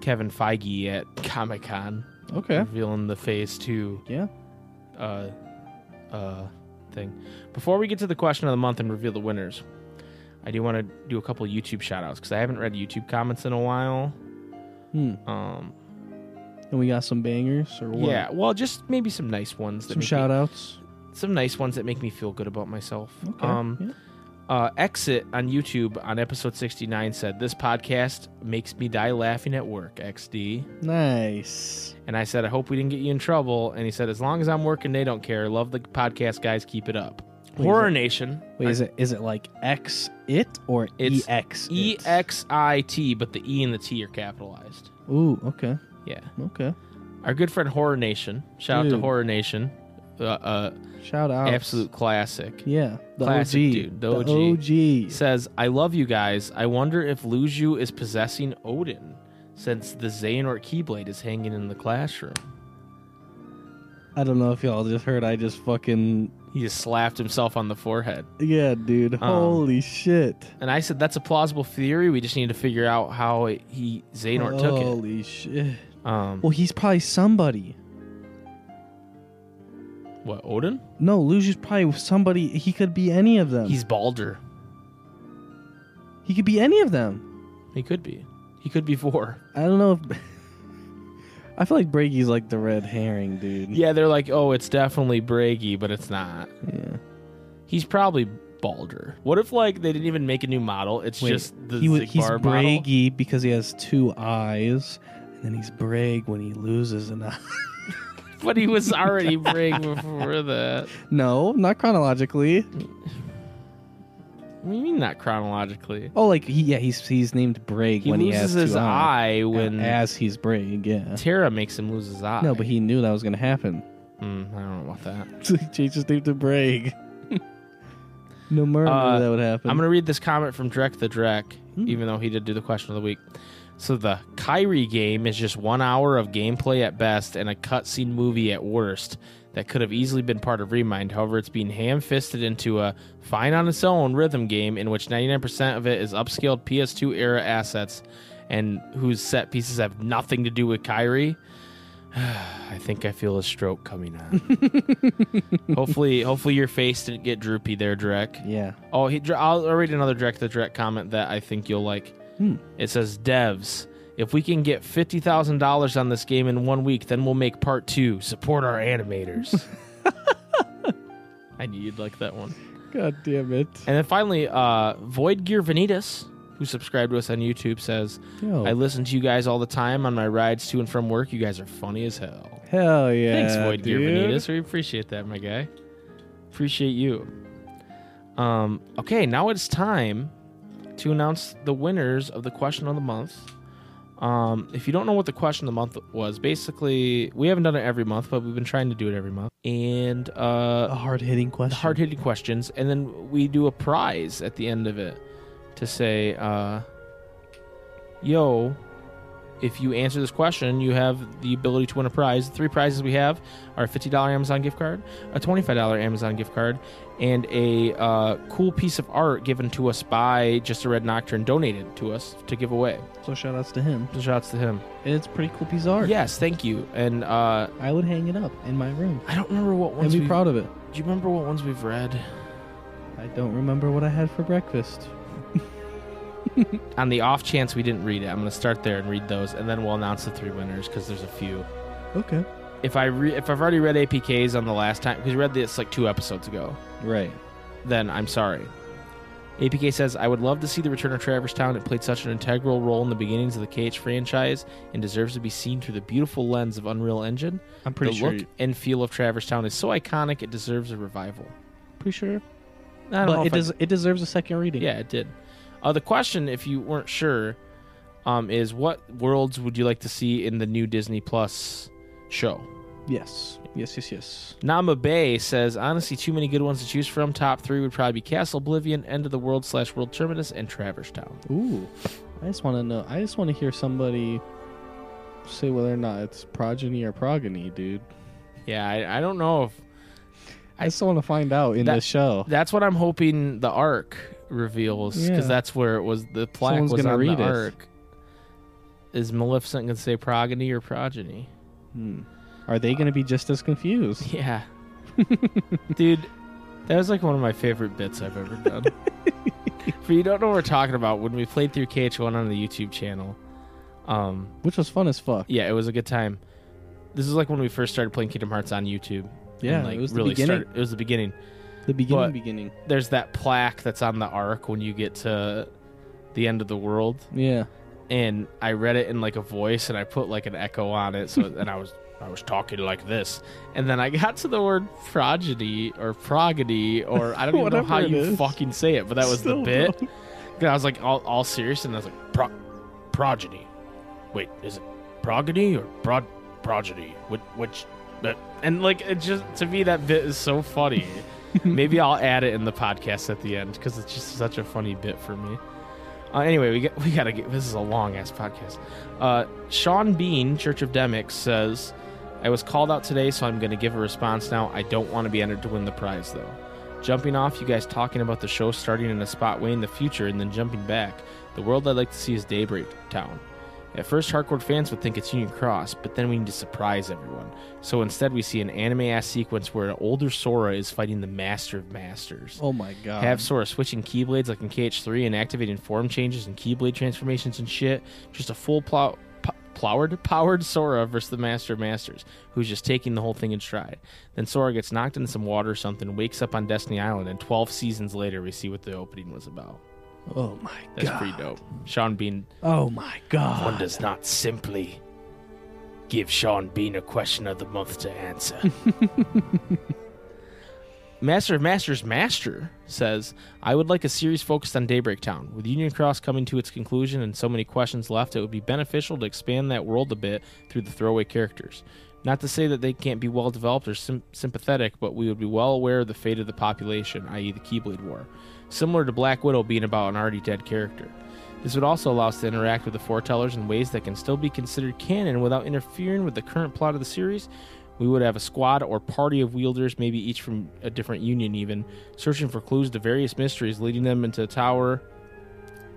[SPEAKER 2] Kevin Feige at Comic Con
[SPEAKER 3] Okay.
[SPEAKER 2] revealing the phase two
[SPEAKER 3] Yeah.
[SPEAKER 2] uh, uh, thing. Before we get to the question of the month and reveal the winners, I do want to do a couple YouTube shout outs because I haven't read YouTube comments in a while.
[SPEAKER 3] Hmm.
[SPEAKER 2] Um,
[SPEAKER 3] And we got some bangers or what?
[SPEAKER 2] yeah, well, just maybe some nice ones that
[SPEAKER 3] Some
[SPEAKER 2] make
[SPEAKER 3] shout
[SPEAKER 2] me,
[SPEAKER 3] outs.
[SPEAKER 2] some nice ones that make me feel good about myself.
[SPEAKER 3] Okay.
[SPEAKER 2] Um,
[SPEAKER 3] yeah.
[SPEAKER 2] uh, Exit on YouTube on episode 69 said, This podcast makes me die laughing at work, XD.
[SPEAKER 3] Nice.
[SPEAKER 2] And I said, I hope we didn't get you in trouble. And he said, As long as I'm working, they don't care. Love the podcast, guys. Keep it up.
[SPEAKER 3] Wait,
[SPEAKER 2] Horror
[SPEAKER 3] is
[SPEAKER 2] Nation.
[SPEAKER 3] Wait, is it is it like X it or
[SPEAKER 2] It's
[SPEAKER 3] EX?
[SPEAKER 2] E X I T, but the E and the T are capitalized.
[SPEAKER 3] Ooh, okay.
[SPEAKER 2] Yeah.
[SPEAKER 3] Okay.
[SPEAKER 2] Our good friend Horror Nation. Shout out to
[SPEAKER 3] Dude.
[SPEAKER 2] Horror Nation. Uh, uh,
[SPEAKER 3] Shout out.
[SPEAKER 2] absolute classic.
[SPEAKER 3] Yeah. The
[SPEAKER 2] Classic,
[SPEAKER 3] OG.
[SPEAKER 2] dude, the
[SPEAKER 3] OG.
[SPEAKER 2] Says, I love you guys. I wonder if Luju is possessing Odin since the Xehanort Keyblade is hanging in the classroom.
[SPEAKER 3] I don't know if y'all just heard. I just fucking
[SPEAKER 2] He just slapped himself on the forehead.
[SPEAKER 3] yeah, dude.
[SPEAKER 2] Um,
[SPEAKER 3] Holy shit!
[SPEAKER 2] And I said, that's a plausible theory. We just need to figure out how it, he Xehanort took
[SPEAKER 3] Holy shit!
[SPEAKER 2] it. Um,
[SPEAKER 3] Well, he's probably somebody.
[SPEAKER 2] what Odin?
[SPEAKER 3] No, Luge is probably somebody. He could be any of them.
[SPEAKER 2] He's Balder.
[SPEAKER 3] he could be any of them.
[SPEAKER 2] He could be. He could be
[SPEAKER 3] <laughs>
[SPEAKER 2] four.
[SPEAKER 3] I don't know. if... I feel like Bragy's like the red herring, dude.
[SPEAKER 2] Yeah, they're like, oh, it's definitely Bragi, but it's not.
[SPEAKER 3] Yeah.
[SPEAKER 2] He's probably Balder. What if like they didn't even make a new model? It's
[SPEAKER 3] Wait,
[SPEAKER 2] just the
[SPEAKER 3] he wa-
[SPEAKER 2] Zigbar
[SPEAKER 3] he's
[SPEAKER 2] model?
[SPEAKER 3] Bragi because he has two eyes, and then he's Brag when he loses an eye.
[SPEAKER 2] But he was
[SPEAKER 3] <laughs>
[SPEAKER 2] already Brag before that.
[SPEAKER 3] no, not chronologically.
[SPEAKER 2] What do you mean not chronologically?
[SPEAKER 3] Oh, like he, yeah, he's he's named Brag
[SPEAKER 2] He
[SPEAKER 3] when he has
[SPEAKER 2] loses his
[SPEAKER 3] two eyes.
[SPEAKER 2] eye when
[SPEAKER 3] as he's Brag, yeah.
[SPEAKER 2] Tara makes him lose his eye.
[SPEAKER 3] No, but he knew that was gonna happen. <laughs>
[SPEAKER 2] Mm, I don't know about that.
[SPEAKER 3] So he changed his name to Brag. <laughs> no murder
[SPEAKER 2] Uh,
[SPEAKER 3] that would happen.
[SPEAKER 2] I'm going to read this comment from Drek the Drek, even though he did do the question of the week. So the Kyrie game is just one hour of gameplay at best and a cutscene movie at worst that could have easily been part of Remind. However, it's being ham-fisted into a fine on its own rhythm game in which 99% of it is upscaled PS2 era assets and whose set pieces have nothing to do with Kyrie. <sighs> I think I feel a stroke coming on. hopefully, hopefully your face didn't get droopy there, Drek.
[SPEAKER 3] yeah.
[SPEAKER 2] Oh, he, I'll, I'll read another direct the direct comment that I think you'll like. It says, "Devs, if we can get fifty thousand dollars on this game in one week, then we'll make part two. Support our animators." I knew you'd like that one.
[SPEAKER 3] God damn it.
[SPEAKER 2] And then finally, uh, Void Gear Vanitas, who subscribed to us on YouTube, says,
[SPEAKER 3] Yo.
[SPEAKER 2] "I listen to you guys all the time on my rides to and from work. You guys are funny as hell."
[SPEAKER 3] Hell yeah.
[SPEAKER 2] Thanks, Void Gear
[SPEAKER 3] dude.
[SPEAKER 2] Vanitas. We appreciate that, my guy. Appreciate you. Um, okay, now it's time to announce the winners of the question of the month. Um, if you don't know what the question of the month was, basically, we haven't done it every month, but we've been trying to do it every month. And
[SPEAKER 3] A
[SPEAKER 2] uh,
[SPEAKER 3] hard hitting question.
[SPEAKER 2] hard hitting questions. And then we do a prize at the end of it to say, uh, yo, if you answer this question, you have the ability to win a prize. The three prizes we have are a $50 Amazon gift card, a $25 Amazon gift card, and a uh, cool piece of art given to us by Just a Red Nocturne, donated to us to give away.
[SPEAKER 3] so shout outs to him.
[SPEAKER 2] So Shouts to him.
[SPEAKER 3] And it's a pretty cool piece of art.
[SPEAKER 2] Yes, thank you. And uh,
[SPEAKER 3] I would hang it up in my room
[SPEAKER 2] I don't remember what
[SPEAKER 3] and
[SPEAKER 2] ones
[SPEAKER 3] be
[SPEAKER 2] we.
[SPEAKER 3] proud of it.
[SPEAKER 2] Do you remember what ones we've read?
[SPEAKER 3] I don't remember what I had for breakfast.
[SPEAKER 2] on the off chance we didn't read it, I'm going to start there and read those, and then we'll announce the three winners because there's a few.
[SPEAKER 3] Okay.
[SPEAKER 2] If I re- if I've already read APKs on the last time because we read this like two episodes ago,
[SPEAKER 3] Right.
[SPEAKER 2] then I'm sorry. APK says, I would love to see the return of Traverse Town. It played such an integral role in the beginnings of the KH franchise and deserves to be seen through the beautiful lens of Unreal Engine.
[SPEAKER 3] I'm pretty
[SPEAKER 2] the
[SPEAKER 3] sure.
[SPEAKER 2] look and feel of Traverse Town is so iconic it deserves a revival.
[SPEAKER 3] pretty sure.
[SPEAKER 2] I don't know
[SPEAKER 3] But it
[SPEAKER 2] if I-
[SPEAKER 3] does. It deserves a second reading.
[SPEAKER 2] Yeah, it did. Uh, the question, if you weren't sure, um, is what worlds would you like to see in the new Disney Plus show?
[SPEAKER 3] Yes. Yes. Yes. Yes.
[SPEAKER 2] Nama Bay says, honestly, too many good ones to choose from. Top three would probably be Castle Oblivion, End of the World slash World Terminus, and Traverse Town.
[SPEAKER 3] Ooh. I just want to know. I just want to hear somebody say whether or not it's progeny or progeny, dude.
[SPEAKER 2] Yeah, I, I don't know if
[SPEAKER 3] I just want to find out in
[SPEAKER 2] That-
[SPEAKER 3] this show.
[SPEAKER 2] that's what I'm hoping the arc reveals because
[SPEAKER 3] Yeah.
[SPEAKER 2] that's where it was. The plaque
[SPEAKER 3] Someone's
[SPEAKER 2] was
[SPEAKER 3] gonna
[SPEAKER 2] on
[SPEAKER 3] read
[SPEAKER 2] the
[SPEAKER 3] it.
[SPEAKER 2] arc. Is Maleficent gonna say progeny or progeny?
[SPEAKER 3] Hmm. Are they going to be just as confused?
[SPEAKER 2] Yeah. <laughs> Dude, that was like one of my favorite bits I've ever done. For you don't know what we're talking about, when we played through KH1 on the YouTube channel, um,
[SPEAKER 3] Which was fun as fuck.
[SPEAKER 2] yeah, it was a good time. This is like when we first started playing Kingdom Hearts on YouTube. and,
[SPEAKER 3] Yeah,
[SPEAKER 2] like
[SPEAKER 3] it was the
[SPEAKER 2] really
[SPEAKER 3] beginning.
[SPEAKER 2] started- it was the beginning.
[SPEAKER 3] The beginning.
[SPEAKER 2] But-
[SPEAKER 3] beginning.
[SPEAKER 2] There's that plaque that's on the arc when you get to the end of the world,
[SPEAKER 3] Yeah.
[SPEAKER 2] and I read it in like a voice, and I put like an echo on it, so and I was I was talking like this, and then I got to the word progeny or progeny or I don't
[SPEAKER 3] <laughs>
[SPEAKER 2] even know
[SPEAKER 3] Whatever
[SPEAKER 2] how
[SPEAKER 3] it
[SPEAKER 2] you
[SPEAKER 3] is.
[SPEAKER 2] fucking say it, but that was
[SPEAKER 3] Still
[SPEAKER 2] the bit. And I was like all, all serious, and I was like Pro- progeny. Wait, is it progeny or prod progeny? Which which? But, and like it just to me that bit is so
[SPEAKER 3] <laughs>
[SPEAKER 2] funny. Maybe I'll add it in the podcast at the end because it's just such a funny bit for me. Uh, anyway, we got, <laughs> we gotta get this is a long ass podcast. Uh, Sean Bean, Church of Demics, says I was called out today, so I'm going to give a response now. I don't want to be entered to win the prize, though. Jumping off, you guys talking about the show starting in a spot way in the future and then jumping back. The world I'd like to see is Daybreak Town. At first, hardcore fans would think it's Union Cross, but then we need to surprise everyone. So instead, we see an anime ass sequence where an older Sora is fighting the Master of Masters.
[SPEAKER 3] Oh my god.
[SPEAKER 2] Have Sora switching keyblades like in KH3 and activating form changes and keyblade transformations and shit. Just a full plow, p- plowered, <laughs> powered Sora versus the Master of Masters, who's just taking the whole thing in stride. Then Sora gets knocked into some water or something, wakes up on Destiny Island, and 12 seasons later, we see what the opening was about.
[SPEAKER 3] oh my
[SPEAKER 2] That's
[SPEAKER 3] god.
[SPEAKER 2] pretty dope. Sean Bean
[SPEAKER 3] Oh my god.
[SPEAKER 2] one does not simply give Sean Bean a question of the month to answer. <laughs> Master of Masters Master says, I would like a series focused on Daybreak Town. With Union Cross coming to its conclusion and so many questions left, it would be beneficial to expand that world a bit through the throwaway characters. Not to say that they can't be well developed or sym sympathetic, but we would be well aware of the fate of the population, i.e., the Keyblade War, similar to Black Widow being about an already dead character. This would also allow us to interact with the foretellers in ways that can still be considered canon without interfering with the current plot of the series. We would have a squad or party of wielders, maybe each from a different union, even searching for clues to various mysteries, leading them into the tower,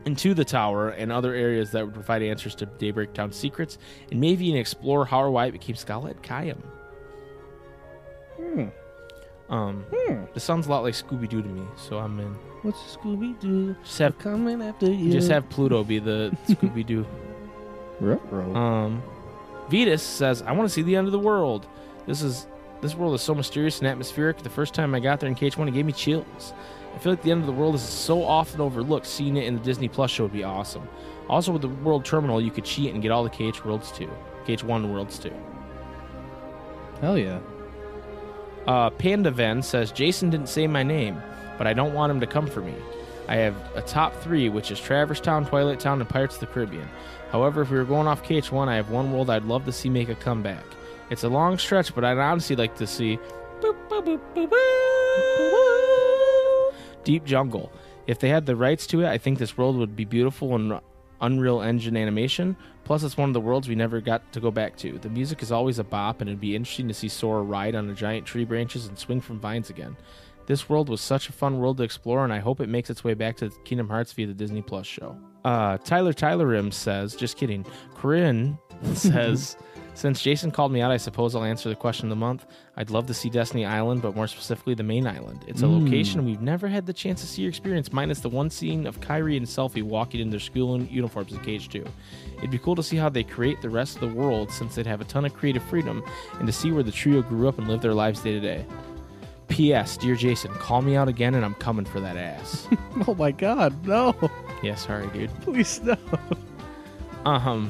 [SPEAKER 2] into the tower, and other areas that would provide answers to Daybreak Town's secrets, and maybe even explore how or why it became Scala at Kayam. Um, this sounds a lot like Scooby Doo to me, so I'm in.
[SPEAKER 3] What's Scooby Doo?
[SPEAKER 2] Just have,
[SPEAKER 3] coming after you.
[SPEAKER 2] just have Pluto be the Scooby Doo.
[SPEAKER 3] Ruh-roh.
[SPEAKER 2] Um, Vetus says, "I want to see the end of the world. This is this world is so mysterious and atmospheric. The first time I got there in KH1, it gave me chills. I feel like the end of the world is so often overlooked. Seeing it in the Disney Plus show would be awesome. Also, with the World Terminal, you could cheat and get all the KH worlds too. KH1 worlds too."
[SPEAKER 3] Hell yeah. <laughs>
[SPEAKER 2] Uh, PandaVen says Jason didn't say my name, but I don't want him to come for me. I have a top three, which is Traverse Town, Twilight Town, and Pirates of the Caribbean. However, if we were going off KH1, I have one world I'd love to see make a comeback. It's a long stretch, but I'd honestly like to see boop, boop, boop, boop, boop, Deep Jungle. If they had the rights to it, I think this world would be beautiful and Unreal Engine animation. Plus, it's one of the worlds we never got to go back to. The music is always a bop, and it'd be interesting to see Sora ride on the giant tree branches and swing from vines again. This world was such a fun world to explore, and I hope it makes its way back to Kingdom Hearts via the Disney Plus show. Uh, Tyler Tylerim says, just kidding. Corinne <laughs> says, since Jason called me out, I suppose I'll answer the question of the month. I'd love to see Destiny Island, but more specifically the main island. It's a location we've never had the chance to see or experience, minus the one scene of Kyrie and Selfie walking in their school un- uniforms in Cage 2. It'd be cool to see how they create the rest of the world since they'd have a ton of creative freedom, and to see where the trio grew up and lived their lives day to day. P.S. Dear Jason, call me out again and I'm coming for that ass.
[SPEAKER 3] Oh my god, no. <laughs>
[SPEAKER 2] yeah, sorry, dude.
[SPEAKER 3] Please no.
[SPEAKER 2] Um,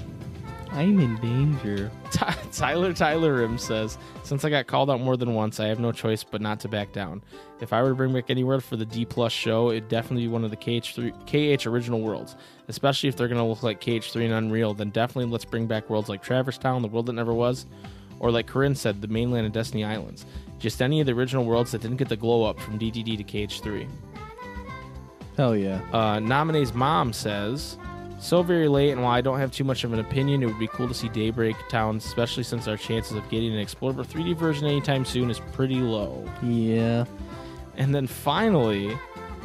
[SPEAKER 3] I'm in danger.
[SPEAKER 2] Ty- <laughs> Tyler Tylerim says, since I got called out more than once, I have no choice but not to back down. If I were to bring back any word for the D plus show, it'd definitely be one of the KH3, KH original worlds. Especially if they're gonna look like KH3 and Unreal, then definitely let's bring back worlds like Traverse Town, the world that never was, or like Corinne said, the mainland and Destiny Islands. Just any of the original worlds that didn't get the glow up from DDD to KH3.
[SPEAKER 3] Hell yeah.
[SPEAKER 2] Uh, nominee's mom says, "So very late, and while I don't have too much of an opinion, it would be cool to see Daybreak Town, especially since our chances of getting an Explorer 3D version anytime soon is pretty low."
[SPEAKER 3] Yeah.
[SPEAKER 2] And then finally,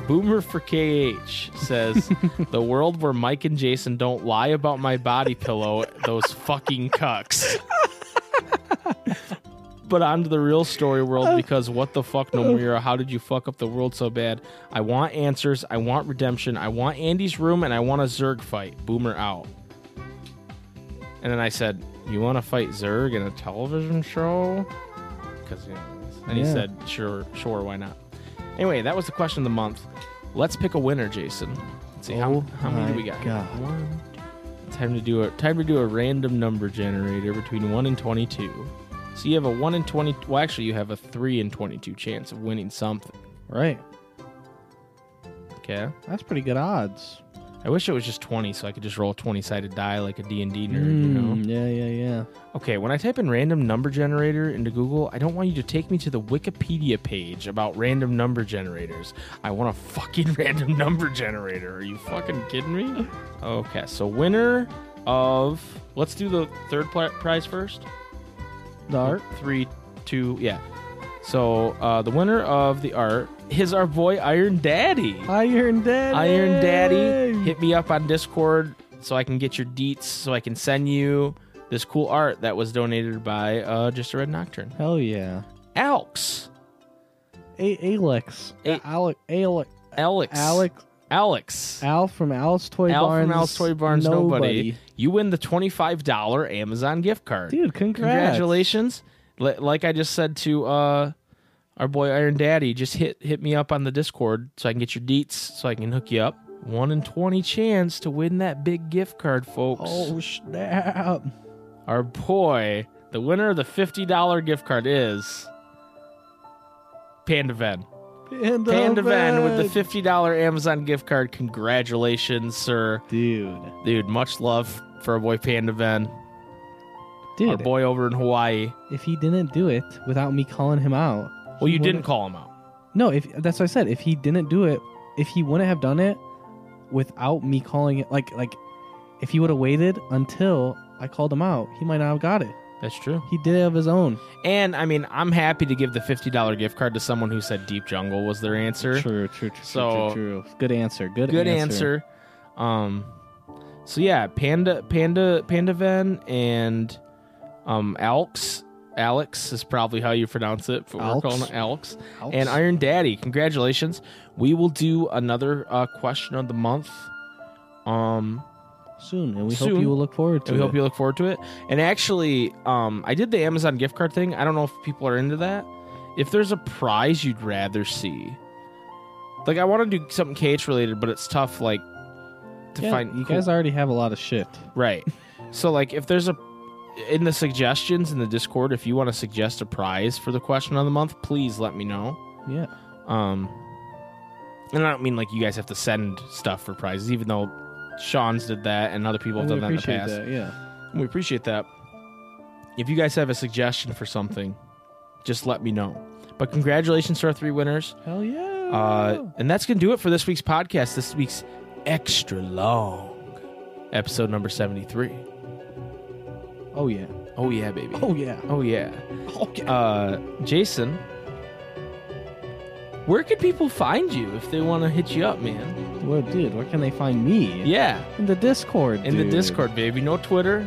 [SPEAKER 2] Boomer for KH says, "The world where Mike and Jason don't lie about my body pillow, those fucking cucks." But on to the real story world because what the fuck, Nomura? How did you fuck up the world so bad? I want answers. I want redemption. I want Andy's room and I want a Zerg fight. Boomer out. And then I said, You want to fight Zerg in a television show? Because, you know. And he
[SPEAKER 3] Yeah.
[SPEAKER 2] said, Sure, sure, why not? Anyway, that was the question of the month. Let's pick a winner, Jason. Let's see
[SPEAKER 3] Oh
[SPEAKER 2] how, how many do
[SPEAKER 3] my
[SPEAKER 2] we got?
[SPEAKER 3] God.
[SPEAKER 2] One. Time to do a time to do a random number generator between one and twenty-two. So you have a one in twenty. Well, actually, you have a three in twenty-two chance of winning something.
[SPEAKER 3] Right.
[SPEAKER 2] Okay.
[SPEAKER 3] That's pretty good odds.
[SPEAKER 2] I wish it was just twenty, so I could just roll a twenty-sided die like a D and D nerd. You know.
[SPEAKER 3] Mm, Yeah, yeah, yeah.
[SPEAKER 2] Okay, when I type in random number generator into Google, I don't want you to take me to the Wikipedia page about random number generators. I want a fucking <laughs> random number generator. Are you fucking kidding me? Okay, so winner of let's do the third pl- prize first.
[SPEAKER 3] The art.
[SPEAKER 2] Three, two, yeah. So uh, the winner of the art is our boy Iron Daddy.
[SPEAKER 3] Iron Daddy.
[SPEAKER 2] Iron Daddy, hit me up on Discord so I can get your deets, so I can send you this cool art that was donated by uh, Just a Red Nocturne.
[SPEAKER 3] Hell yeah.
[SPEAKER 2] Alex.
[SPEAKER 3] A- Alex.
[SPEAKER 2] A-
[SPEAKER 3] Alex. Alex.
[SPEAKER 2] Alex.
[SPEAKER 3] Alex.
[SPEAKER 2] Alex.
[SPEAKER 3] Al from Al's Toy
[SPEAKER 2] Al
[SPEAKER 3] Barnes.
[SPEAKER 2] from Al's Toy Barnes Nobody. You win the $25 Amazon gift card.
[SPEAKER 3] Dude, congrats.
[SPEAKER 2] Congratulations. Li- like I just said to uh, our boy Iron Daddy, just hit hit me up on the Discord so I can get your deets so I can hook you up. 1 in 20 chance to win that big gift card, folks.
[SPEAKER 3] Oh, snap.
[SPEAKER 2] Our boy, the winner of the $50 gift card is Panda Ven.
[SPEAKER 3] Panda,
[SPEAKER 2] Panda Ven
[SPEAKER 3] Man.
[SPEAKER 2] with the $50 Amazon gift card. Congratulations, sir.
[SPEAKER 3] Dude.
[SPEAKER 2] Dude, much love for our boy Panda Ven, our
[SPEAKER 3] Dude,
[SPEAKER 2] boy over in Hawaii.
[SPEAKER 3] if he didn't do it without me calling him out.
[SPEAKER 2] Well,
[SPEAKER 3] he
[SPEAKER 2] you didn't
[SPEAKER 3] wouldn't-
[SPEAKER 2] call him out.
[SPEAKER 3] No, if that's what I said. If he didn't do it, if he wouldn't have done it without me calling it, like like, if he would have waited until I called him out, he might not have got it.
[SPEAKER 2] That's true.
[SPEAKER 3] He did it of his own.
[SPEAKER 2] And I mean, I'm happy to give the $50 gift card to someone who said Deep Jungle was their answer.
[SPEAKER 3] True, true, true,
[SPEAKER 2] So-
[SPEAKER 3] true, true. Good answer. Good,
[SPEAKER 2] Good answer. Um so yeah, Panda Panda Panda Ven and um Alx Alex is probably how you pronounce it, but we're
[SPEAKER 3] Alx.
[SPEAKER 2] calling it Alex.
[SPEAKER 3] Alx.
[SPEAKER 2] And Iron Daddy, congratulations. We will do another uh, question of the month. Um
[SPEAKER 3] Soon, and we
[SPEAKER 2] Soon.
[SPEAKER 3] hope you will look forward to
[SPEAKER 2] we
[SPEAKER 3] it.
[SPEAKER 2] hope you look forward to it. And actually, um, I did the Amazon gift card thing. I don't know if people are into that. If there's a prize you'd rather see, like I want to do something KH related, but it's tough, like to
[SPEAKER 3] Yeah,
[SPEAKER 2] find.
[SPEAKER 3] you
[SPEAKER 2] cool-
[SPEAKER 3] guys already have a lot of shit.
[SPEAKER 2] <laughs> right? so like, if there's a in the suggestions in the Discord, if you want to suggest a prize for the question of the month, please let me know.
[SPEAKER 3] Yeah,
[SPEAKER 2] Um, and I don't mean like you guys have to send stuff for prizes, even though Sean's did that and other people have done
[SPEAKER 3] And we
[SPEAKER 2] that in the
[SPEAKER 3] appreciate
[SPEAKER 2] past.
[SPEAKER 3] that. Yeah,
[SPEAKER 2] We appreciate that. If you guys have a suggestion for something, just let me know. But congratulations to our three winners.
[SPEAKER 3] hell yeah.
[SPEAKER 2] Uh, and that's going to do it for this week's podcast, this week's extra long episode number 73.
[SPEAKER 3] oh yeah.
[SPEAKER 2] Oh, yeah, baby.
[SPEAKER 3] Oh yeah.
[SPEAKER 2] Oh, yeah.
[SPEAKER 3] Oh yeah.
[SPEAKER 2] Uh, Jason, where can people find you if they want to hit you up, man?
[SPEAKER 3] well, dude, where can they find me?
[SPEAKER 2] Yeah,
[SPEAKER 3] in the Discord.
[SPEAKER 2] in
[SPEAKER 3] dude.
[SPEAKER 2] the Discord, baby. No Twitter.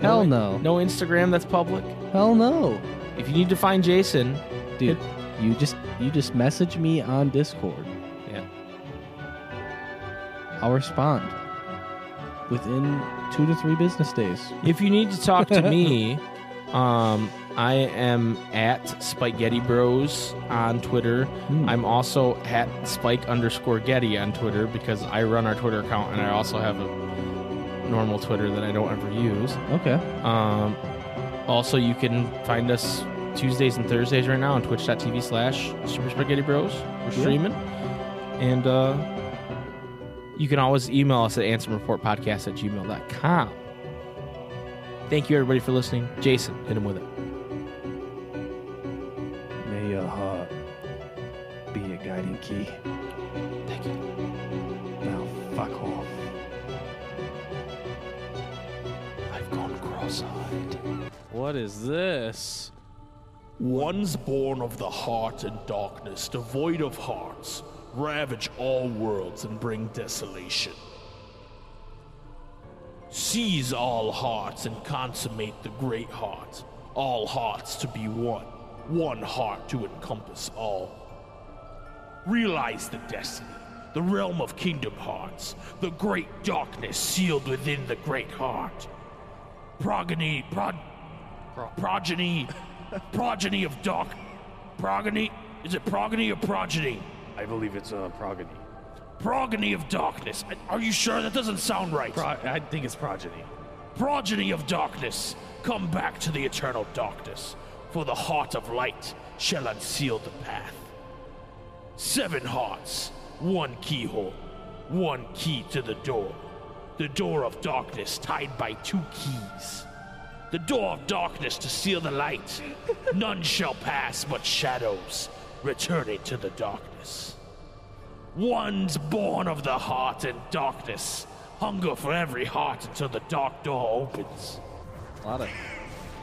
[SPEAKER 3] Hell no.
[SPEAKER 2] No Instagram that's public.
[SPEAKER 3] Hell no,
[SPEAKER 2] If you need to find Jason,
[SPEAKER 3] dude. You just you just message me on Discord.
[SPEAKER 2] Yeah.
[SPEAKER 3] I'll respond within two to three business days.
[SPEAKER 2] If you need to talk to me, um, I am at Spikegetti Bros on Twitter.
[SPEAKER 3] Hmm.
[SPEAKER 2] I'm also at Spike underscore Getty on Twitter because I run our Twitter account and I also have a normal Twitter that I don't ever use.
[SPEAKER 3] okay.
[SPEAKER 2] Um, also, you can find us Tuesdays and Thursdays right now on twitch.tv slash Super Spaghetti Bros. We're streaming. And uh, you can always email us at answerreportpodcast at gmail.com. Thank you, everybody, for listening. Jason, hit him with it.
[SPEAKER 3] May your heart be a guiding key.
[SPEAKER 2] Thank you.
[SPEAKER 3] Now fuck off.
[SPEAKER 2] I've gone cross-eyed.
[SPEAKER 3] What is this?
[SPEAKER 4] Ones born of the heart and darkness, devoid of hearts, ravage all worlds and bring desolation. Seize all hearts and consummate the great heart, all hearts to be one, one heart to encompass all. Realize the destiny, the realm of kingdom hearts, the great darkness sealed within the great heart. Progeny, prod, progeny progeny of dark progeny is it progeny or progeny
[SPEAKER 5] I believe it's uh, progeny.
[SPEAKER 4] progeny of darkness are you sure that doesn't sound right
[SPEAKER 5] Pro- I think it's progeny.
[SPEAKER 4] progeny of darkness come back to the eternal darkness for the heart of light shall unseal the path seven hearts one keyhole one key to the door the door of darkness tied by two keys the door of darkness to seal the light. None shall pass but shadows, returning to the darkness. Ones born of the heart and darkness, hunger for every heart until the dark door opens.
[SPEAKER 3] A lot of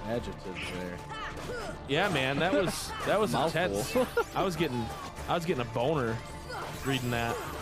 [SPEAKER 3] adjectives there.
[SPEAKER 2] Yeah, man, that was that was
[SPEAKER 3] <laughs> Mouthful.
[SPEAKER 2] intense. I was getting I was getting a boner reading that.